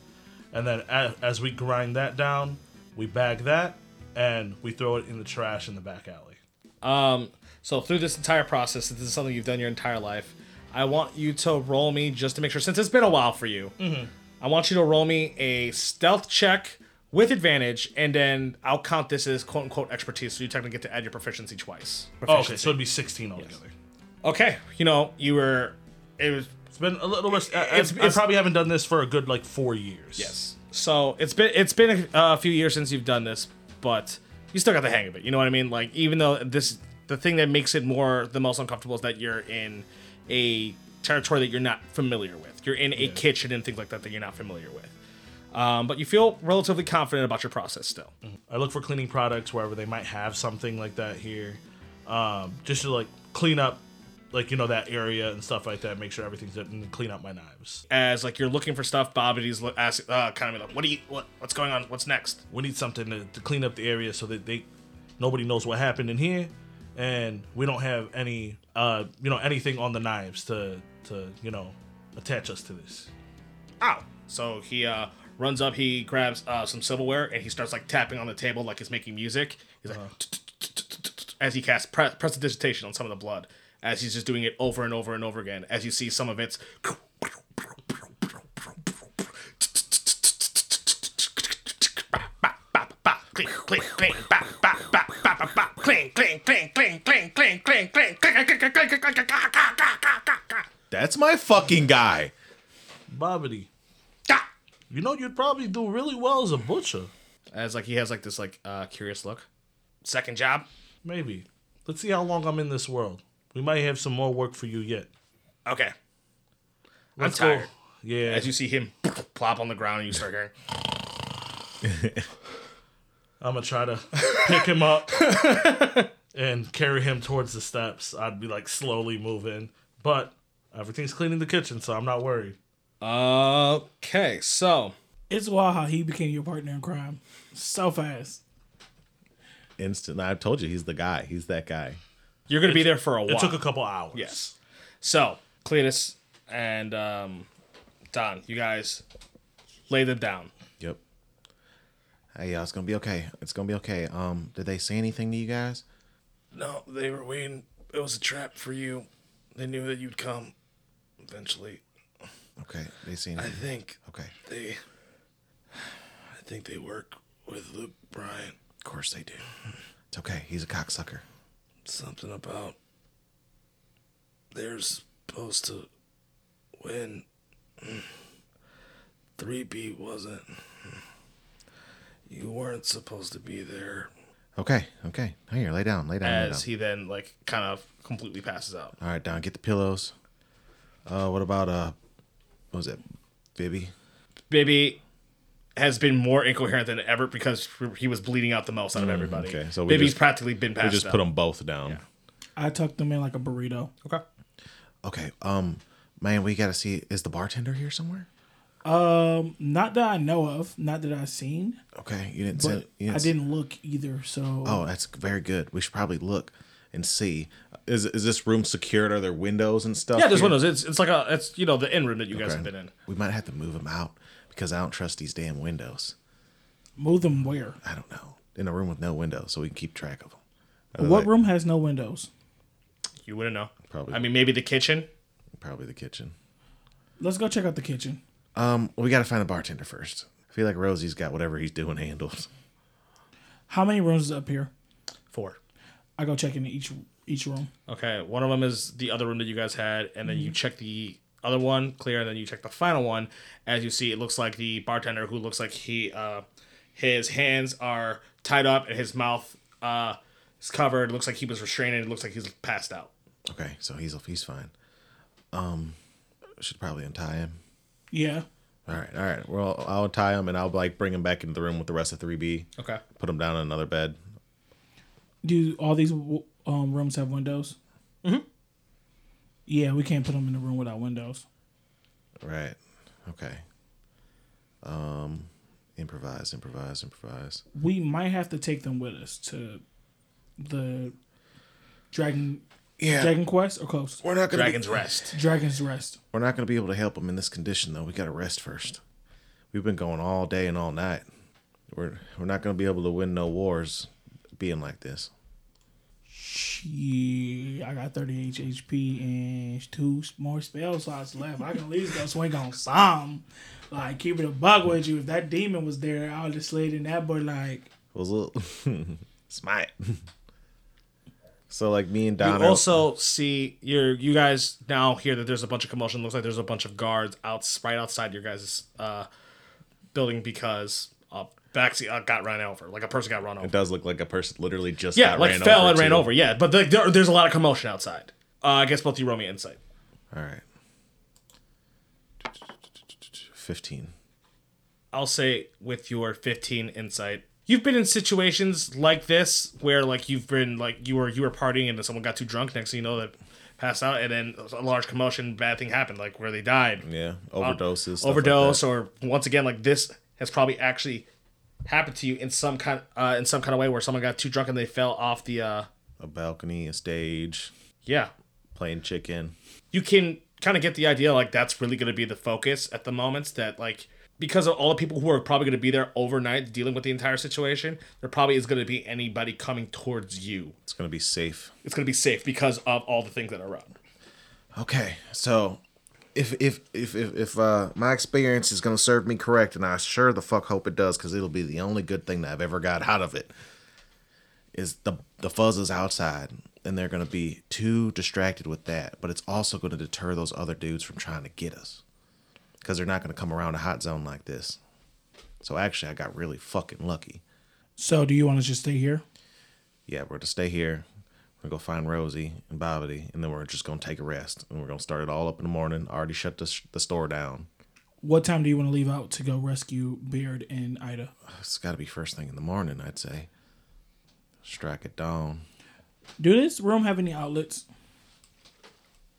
And then a- as we grind that down, we bag that and we throw it in the trash in the back alley.
Um, so through this entire process, this is something you've done your entire life. I want you to roll me just to make sure, since it's been a while for you. I want you to roll me a stealth check with advantage, and then I'll count this as quote unquote expertise. So you technically get to add your proficiency twice.
Oh, okay, so it'd be 16 altogether.
Okay. You know, you were. It was
It's been a little less. I, I-
It's-
I
it's-
probably haven't done this for a good like four years.
Yes. So it's been it's been a, a few years since you've done this, but you still got the hang of it. You know what I mean? Like even though this the thing that makes it more the most uncomfortable is that you're in a territory that you're not familiar with. You're in a kitchen and things like that that you're not familiar with. Um, but you feel relatively confident about your process still.
I look for cleaning products wherever they might have something like that here, um, just to like clean up, like you know that area and stuff like that. Make sure everything's up and clean up my knives.
As like you're looking for stuff, Bobbity's lo- asking, uh, kind of like, "What do you? What, what's going on? What's next?"
We need something to, to clean up the area so that they nobody knows what happened in here, and we don't have any uh, you know anything on the knives to to you know attach us to this.
ow. So he uh, runs up, he grabs uh, some silverware, and he starts like tapping on the table like he's making music. He's like, as he casts pre- prestidigitation on some of the blood, as he's just doing it over and over and over again. As you see some of it's. Cling, cling, cling, ba, ba, ba, ba, ba, ba, cling, cling, cling, cling, cling, cling, cling, cling, cling, cling, cling, cling, cling, cling, cling, cling.
That's my fucking guy.
Bobbity,
Ah!
you know you'd probably do really well as a butcher.
as like he has like this like uh curious look. Second job.
Maybe. Let's see how long I'm in this world. We might have some more work for you yet.
Okay.
Let's
I'm tired.
Go. Yeah.
As you see him plop on the ground and you start hearing
I'm gonna try to pick him up and carry him towards the steps. I'd be like slowly moving, but everything's clean in the kitchen, so I'm not worried.
Okay, so
It's wild how he became your partner in crime so fast.
Instant. I told you he's the guy. He's that guy.
you're gonna be there for a
It
while.
took a couple hours.
Yes. So Cletus and um Don, you guys lay them down.
Yep. Hey, y'all, it's gonna be okay. It's gonna be okay. Um, did they say anything to you guys?
No, Oh, they were waiting it was a trap for you. They knew that you'd come eventually.
Okay, they say anything.
think
Mm-hmm. Okay,
they I think they work with Luke Bryant.
of course they do. It's okay. He's a cocksucker.
something about they're supposed to Mm.
when 3B wasn't.
Mm.
You weren't supposed to be there.
Okay, okay. Here, lay down, lay down. lay down.
As he then like kind of completely passes out.
All right, Don, get the pillows. Uh, what about uh, what was it, Bibby?
Bibby has been more incoherent than ever because he was bleeding out the most out of everybody.
Mm, okay, so we
Bibby's
just-
practically been passed
We just
out.
put them both down.
I tucked them in like a burrito.
Okay.
Okay. Um, man, we gotta see. Is the bartender here somewhere?
Not that I know of, not that I've seen,
Okay, you didn't.
but
say, you
I
say-
didn't look either. So
Oh, that's very good. We should probably look and see. Is is this room secured? Are there windows and stuff?
Yeah, there's
here?
windows. It's it's like a it's you know the in room that you guys
Okay.
have been in.
We might have to move them out because I don't trust these damn windows.
move them where?
I don't know. In a room with no windows, so we can keep track of them.
What room has no windows?
You wouldn't know.
Probably.
I mean, maybe the kitchen.
Probably the kitchen.
Let's go check out the kitchen.
Um, we gotta find a bartender first. I feel like Rosie's got whatever he's doing handled.
How many rooms is up here?
Four.
I go check into each each room.
Okay. One of them is the other room that you guys had, and then you check the other one clear, and then you check the final one. As you see, it looks like the bartender who looks like he uh, his hands are tied up and his mouth uh is covered. Looks like he was restrained. and It looks like he's passed out.
Okay, so he's he's fine. Um, should probably untie him.
Yeah.
All right, all right. Well, I'll untie him and I'll like bring him back into the room with the rest of three B.
Okay.
Put him down on another bed.
Do all these w- um, rooms have windows? Mm-hmm. Yeah, we can't put them in the room without windows.
Right. Okay. Um, improvise, improvise, improvise.
We might have to take them with us to the Dragon
Yeah,
Dragon Quest or Coast
we're not gonna be-
Dragon's Rest.
Dragon's Rest.
we're not gonna be able to help him in this condition though. We gotta rest first. We've been going all day and all night. We're we're not gonna be able to win no wars, being like this.
Gee, I got 38 HP and two more spell slots left. I can at least go swing on some. Like, keep it a bug with you. If that demon was there, I would have slayed in that, but like,
was a little smite. so like me and Don
You also see you're you guys now hear that there's a bunch of commotion. Looks like there's a bunch of guards out right outside your guys' uh, building because a backseat uh, got run over. Like a person got run over.
it does look like a person literally just
yeah,
got
like
ran
fell
over
and ran
too.
over. Yeah, but like there, there's a lot of commotion outside. Uh, I guess both you roll me insight.
All right, fifteen.
I'll say with your 15 insight, you've been in situations like this where like you've been like you were you were partying and then someone got too drunk. Next thing you know, that passed out and then a large commotion, bad thing happened, like where they died.
Yeah,
um,
overdoses. stuff
overdose,
Like
or once again, like this has probably actually happened to you in some kind uh, in some kind of way where someone got too drunk and they fell off the. Uh,
that. a balcony, a stage,
yeah,
playing chicken.
you can kind of get the idea like that's really going to be the focus at the moments that like because of all the people who are probably going to be there overnight dealing with the entire situation, there probably is going to be anybody coming towards you.
It's gonna be safe.
It's going to be safe because of all the things that are around.
Okay, so if if if if, if uh, my experience is gonna serve me correct, and I sure the fuck hope it does, because it'll be the only good thing that I've ever got out of it. Is the the fuzz is outside, and they're gonna be too distracted with that, but it's also gonna deter those other dudes from trying to get us, because they're not gonna come around a hot zone like this. So actually, I got really fucking lucky.
so do you want to just stay here?
Yeah, we're gonna stay here. We're gonna go find Rosie and Bobbity, and then we're just gonna take a rest, and we're gonna start it all up in the morning. Already shut the, the store down.
What time do you want to leave out to go rescue Beard and Ida?
It's got to be first thing in the morning, I'd say. Strike at dawn.
Do this room have any outlets?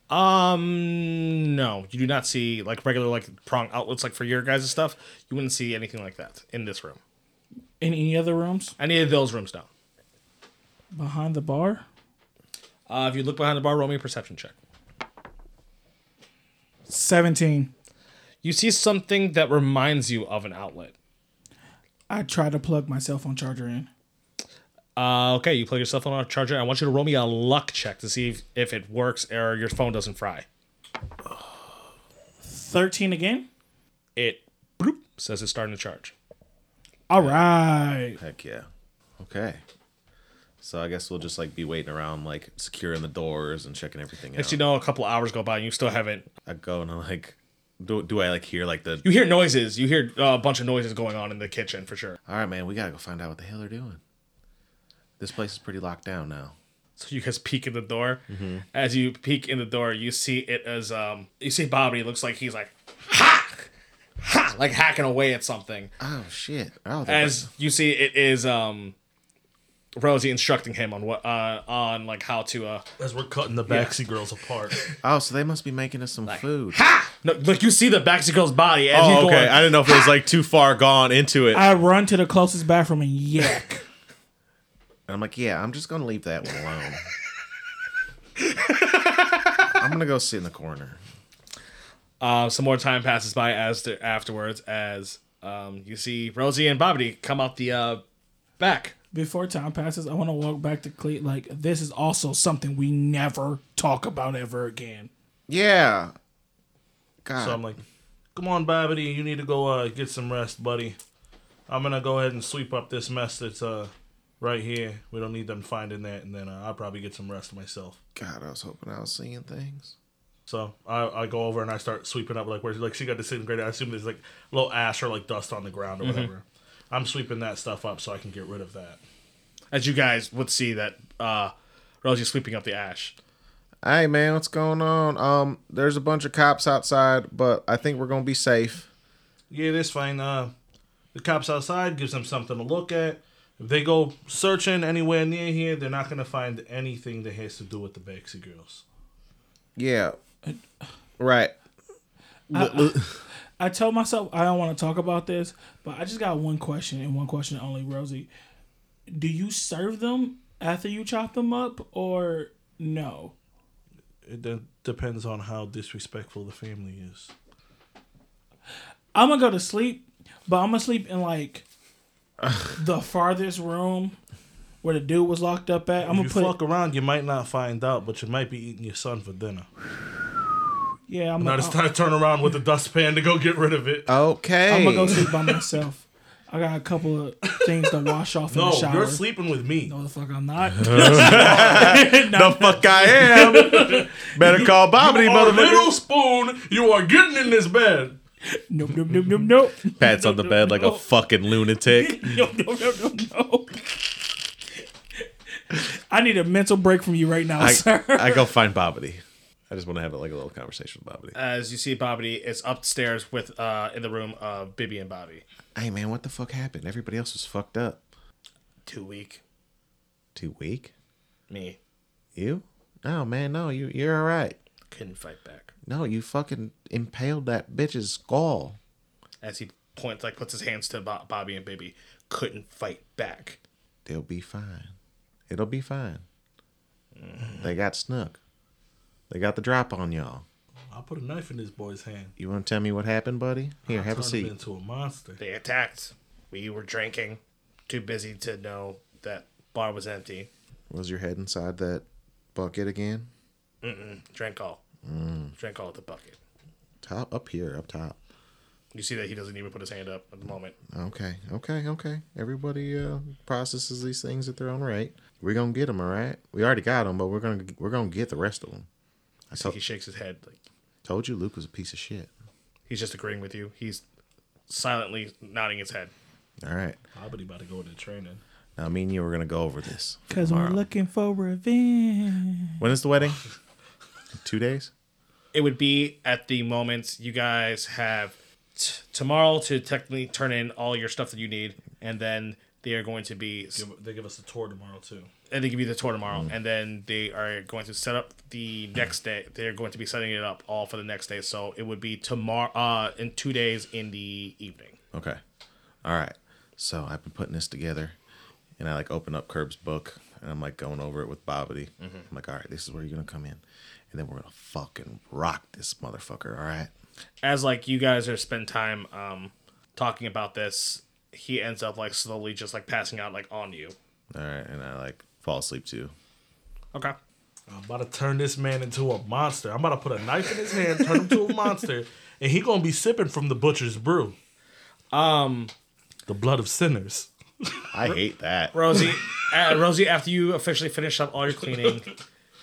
Um, no, you do not see like regular like prong outlets like for your guys' stuff. You wouldn't see anything like that in this room.
In any other rooms?
Any of those rooms, no.
Behind the bar?
Uh, if you look behind the bar, roll me a perception check.
17.
You see something that reminds you of an outlet.
I try to plug my cell phone charger in.
Uh, okay, you plug your cell phone on a charger. I want you to roll me a luck check to see if, if it works or your phone doesn't fry.
13 again?
It bloop, says it's starting to charge.
All right.
Heck yeah. Okay. So I guess we'll just like be waiting around, like securing the doors and checking everything out.
Actually, no, a couple hours go by and you still haven't.
I go and I like, do, do I like hear like the?
You hear noises. You hear uh, a bunch of noises going on in the kitchen for sure.
All right, man, we gotta go find out what the hell they're doing. This place is pretty locked down now.
So you guys peek in the door. As you peek in the door, you see it as um, you see Bobby looks like he's like ha ha like hacking away at something.
Oh shit! Oh, they're-
As you see, it is um, Rosie instructing him on what uh, on like how to uh,
As we're cutting the backseat girls apart.
oh, so they must be making us some food.
ha no, like you see the Baxter girl's body as he's going.
Oh, didn't know if it was like too far gone into it.
I run to the closest bathroom and yak.
And I'm like, yeah, I'm just gonna leave that one alone. I'm gonna go sit in the corner.
Uh, some more time passes by as the, afterwards as um, you see Rosie and Bobby come out the uh, back.
Before time passes, I want to walk back to Cleet. Like this is also something we never talk about ever again.
Yeah. God.
So I'm like, come on, Bobbity, you need to go uh, get some rest, buddy. I'm gonna go ahead and sweep up this mess that's uh, right here. We don't need them finding that, and then uh, I'll probably get some rest myself.
God, I was hoping I was seeing things.
So I, I go over and I start sweeping up like where like she got disintegrated. I assume there's like little ash or like dust on the ground or whatever. I'm sweeping that stuff up so I can get rid of that.
As you guys would see that uh, Rosie's sweeping up the ash.
Hey man, what's going on? Um, there's a bunch of cops outside, but I think we're gonna be safe.
Yeah, that's fine. Uh, the cops outside gives them something to look at. If they go searching anywhere near here, they're not gonna find anything that has to do with the Baxi girls.
Yeah. Right.
I told myself I don't want to talk about this, but I just got one question and one question only, Rosie. Do you serve them after you chop them up or no?
It de- depends on how disrespectful the family is.
I'm gonna go to sleep, but I'm gonna sleep in like the farthest room where the dude was locked up at. I'm
If
gonna
you
put
fuck around, you might not find out, but you might be eating your son for dinner.
yeah, I'm
Now
gonna,
it's time to turn around with the dustpan to go get rid of it.
Okay.
I'm gonna go sleep by myself. I got a couple of things to wash off in
no,
the shower.
you're sleeping with me.
No, the fuck, I'm not.
the fuck I am. Better call Bobby,
you are
motherfucker.
Oh, little spoon. You are getting in this bed.
nope, nope, nope, nope, nope.
Pat's on the bed like a fucking lunatic.
No, no, no, no, no. I need a mental break from you right now,
I,
sir.
I go find Bobbity. I just want to have like a little conversation with Bobbity.
As you see, Bobby is upstairs with uh, in the room of Bibby and Bobby.
Hey man, what the fuck happened? Everybody else was fucked up.
Too weak,
Too weak?
me
You? No man, no. You you're all right.
couldn't fight back.
No, you fucking impaled that bitch's skull.
As he points, like puts his hands to Bo- Bobby and Bibby, couldn't fight back.
They'll be fine. It'll be fine. They got snuck. They got the drop on y'all.
I'll put a knife in this boy's hand.
You want to tell me what happened, buddy? Here, have a
Turn him
seat.
into a monster.
They attacked. We were drinking, too busy to know that bar was empty.
Was your head inside that bucket again?
Drank all. Drank all at the bucket.
Top up here, up top.
You see that he doesn't even put his hand up at the moment.
Okay, okay, okay. Everybody uh, processes these things at their own rate. We're gonna get them, all right. We already got them, but we're gonna we're gonna get the rest of them. I to-
He shakes his head. Like
told you, Luke was a piece of shit.
he's just agreeing with you. He's silently nodding his head.
All right.
Probably about to go into training.
Now, me and you were gonna go over this.
Because we're looking for revenge.
When is the wedding? Two days.
It would be at the moment you guys have t- tomorrow to technically turn in all your stuff that you need, and then they are going to be
Give- They give us a tour tomorrow too.
and they give you the tour tomorrow, and then they are going to set up the next day. They're going to be setting it up all for the next day, so it would be tomorrow uh, in two days in the evening.
Okay. All right. So I've been putting this together, and I like open up Curb's book, and I'm like going over it with Bobbity. I'm like, all right, this is where you're gonna come in, and then we're gonna fucking rock this motherfucker. All right.
as like you guys are spend time um talking about this he ends up like slowly just like passing out like on you
All right, and I like fall asleep too.
okay
I'm about to turn this man into a monster. I'm about to put a knife in his hand, turn him to a monster, and he gonna be sipping from the butcher's brew. Um, the blood of sinners.
I hate that.
rosie uh, Rosie, after you officially finish up all your cleaning,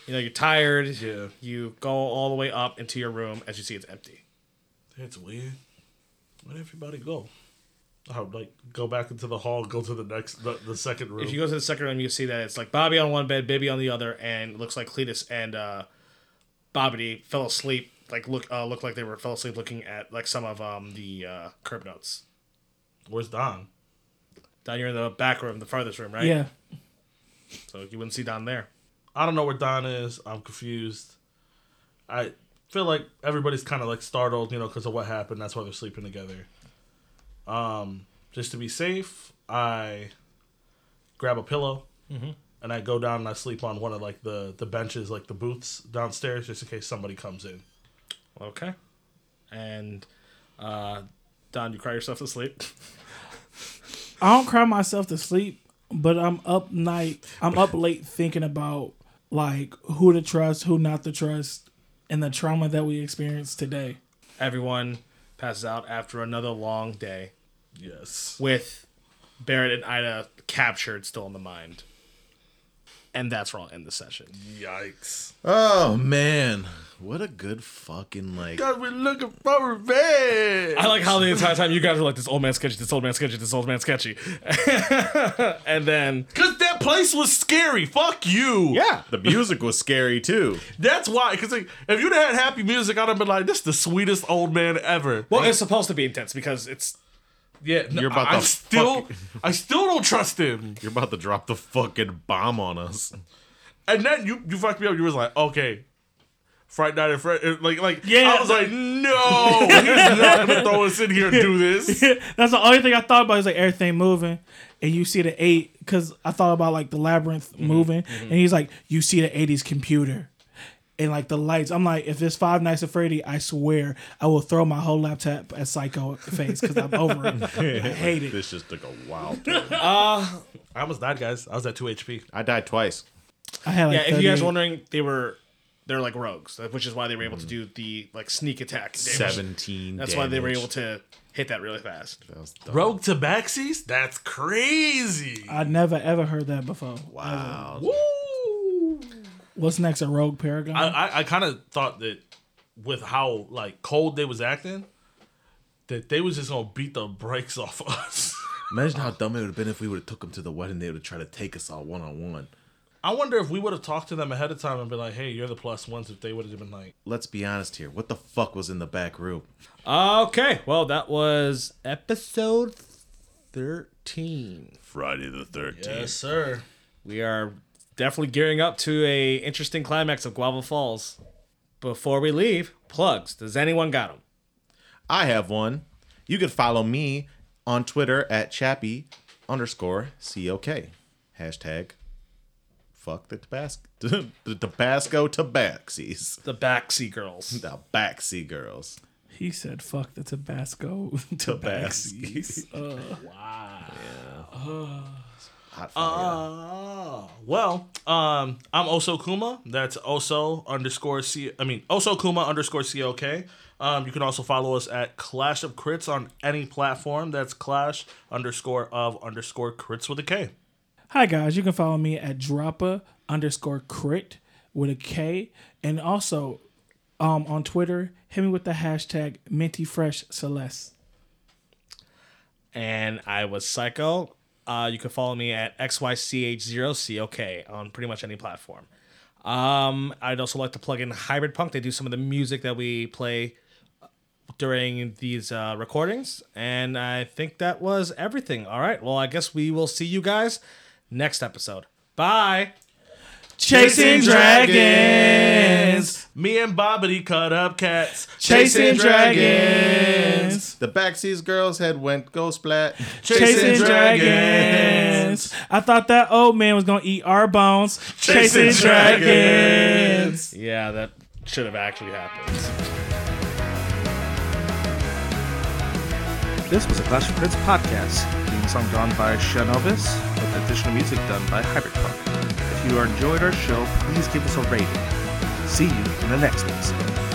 you know you're tired.
Yeah.
You go all the way up into your room as you see it's empty.
That's weird. Where'd everybody go? Oh, like go back into the hall, go to the next, the, the second room.
If you go to the second room, you see that it's like Bobby on one bed, Bibby on the other, and it looks like Cletus and uh, Bobbity fell asleep. Like look, uh, look like they were fell asleep looking at like some of um the uh, curb notes.
Where's Don?
Down here in the back room, the farthest room, right?
Yeah.
So you wouldn't see Don there.
I don't know where Don is. I'm confused. I feel like everybody's kind of like startled, you know, because of what happened. That's why they're sleeping together. Um, just to be safe, I grab a pillow
Mm-hmm.
and I go down and I sleep on one of like the the benches, like the booths downstairs, just in case somebody comes in.
Okay. And uh, Don, you cry yourself to sleep.
I don't cry myself to sleep, but I'm up night. I'm up late thinking about like who to trust, who not to trust, and the trauma that we experienced today.
Everyone passes out after another long day
Yes.
with Barrett and Ida captured, still in the mind. And that's where I'll end the session.
Yikes.
Oh man, what a good fucking like.
God, we're looking for revenge.
I like how the entire time you guys were like, this old man sketchy, this old man sketchy, this old man sketchy. and then,
Cause that place was scary. Fuck you.
Yeah, the music was scary too.
That's why. Cause like, if you'd have had happy music, I'd have been like, "This is the sweetest old man ever."
well, it's supposed to be intense because it's
yeah, no,
You're about
I, I
to
still, I still don't trust him.
You're about to drop the fucking bomb on us.
And then you, you fucked me up. You was like, "Okay, Fright Night at Fred," like, like,
Yeah.
I was like, "No, he's not gonna throw us in here and do this."
That's the only thing I thought about is like everything moving, and you see the eight because I thought about like the labyrinth
Mm-hmm.
moving, and he's like, you see the '80s computer, and like the lights. I'm like, if it's Five Nights at Freddy, I swear I will throw my whole laptop at Psycho face because I'm over it. I hate it.
This just took a while.
I almost died, guys. I was at two HP.
I died twice.
I had like
yeah, if you guys
38.
are wondering, they were they're like rogues, which is why they were able to do the like sneak attack. damage.
Seventeen.
That's why they were
damage.
able to hit that really fast.
That was dumb.
Rogue Tabaxis? That's crazy.
I never ever heard that before.
Wow.
Woo.
What's next? A rogue paragon?
I, I, I kind of thought that with how like cold they was acting, that they was just gonna beat the brakes off us.
Imagine how dumb it would have been if we would have took them to the wedding. They would have tried to take us all one on one.
I wonder if we would have talked to them ahead of time and been like, "Hey, you're the plus ones." If they would have been like,
Let's be honest here. What the fuck was in the back room?
Okay, well that was episode thirteen.
Friday the Thirteenth.
"Yes, sir."
We are definitely gearing up to a interesting climax of Guava Falls. Before we leave, plugs. Does anyone got them?
I have one. You can follow me on Twitter at Chappie underscore COK. Hashtag fuck the Tabasco, the Tabasco Tabaxis.
The Backseat Girls.
The Baxi girls.
he said, "Fuck the Tabasco."
Tabaxis.
Uh,
Hot
Uh,
fire.
Ah, well, um, I'm Oso Kuma. That's Oso underscore C. I mean, Oso Kuma underscore COK. Um, you can also follow us at Clash of Crits on any platform. That's Clash underscore of underscore Crits with a K.
Hi guys, you can follow me at droppa underscore crit with a K, and also um, on Twitter, hit me with the hashtag Minty Fresh Celeste.
And I was Psycho. Uh, you can follow me at XYCH0COK on pretty much any platform. Um, I'd also like to plug in Hybrid Punk. They do some of the music that we play during these uh, recordings. And I think that was everything. All right. Well, I guess we will see you guys next episode. Bye.
Chasing dragons,
Me and Bobbity cut up cats.
chasing dragons,
The Baxis girls had went ghost splat.
chasing dragons. I thought that old man was gonna eat our bones. Chasing dragons.
Yeah, that should have actually happened.
This was a Clash of Crits podcast, theme song done by Shenovis, with additional music done by Hybridpunk. If you enjoyed our show, please give us a rating. See you in the next episode.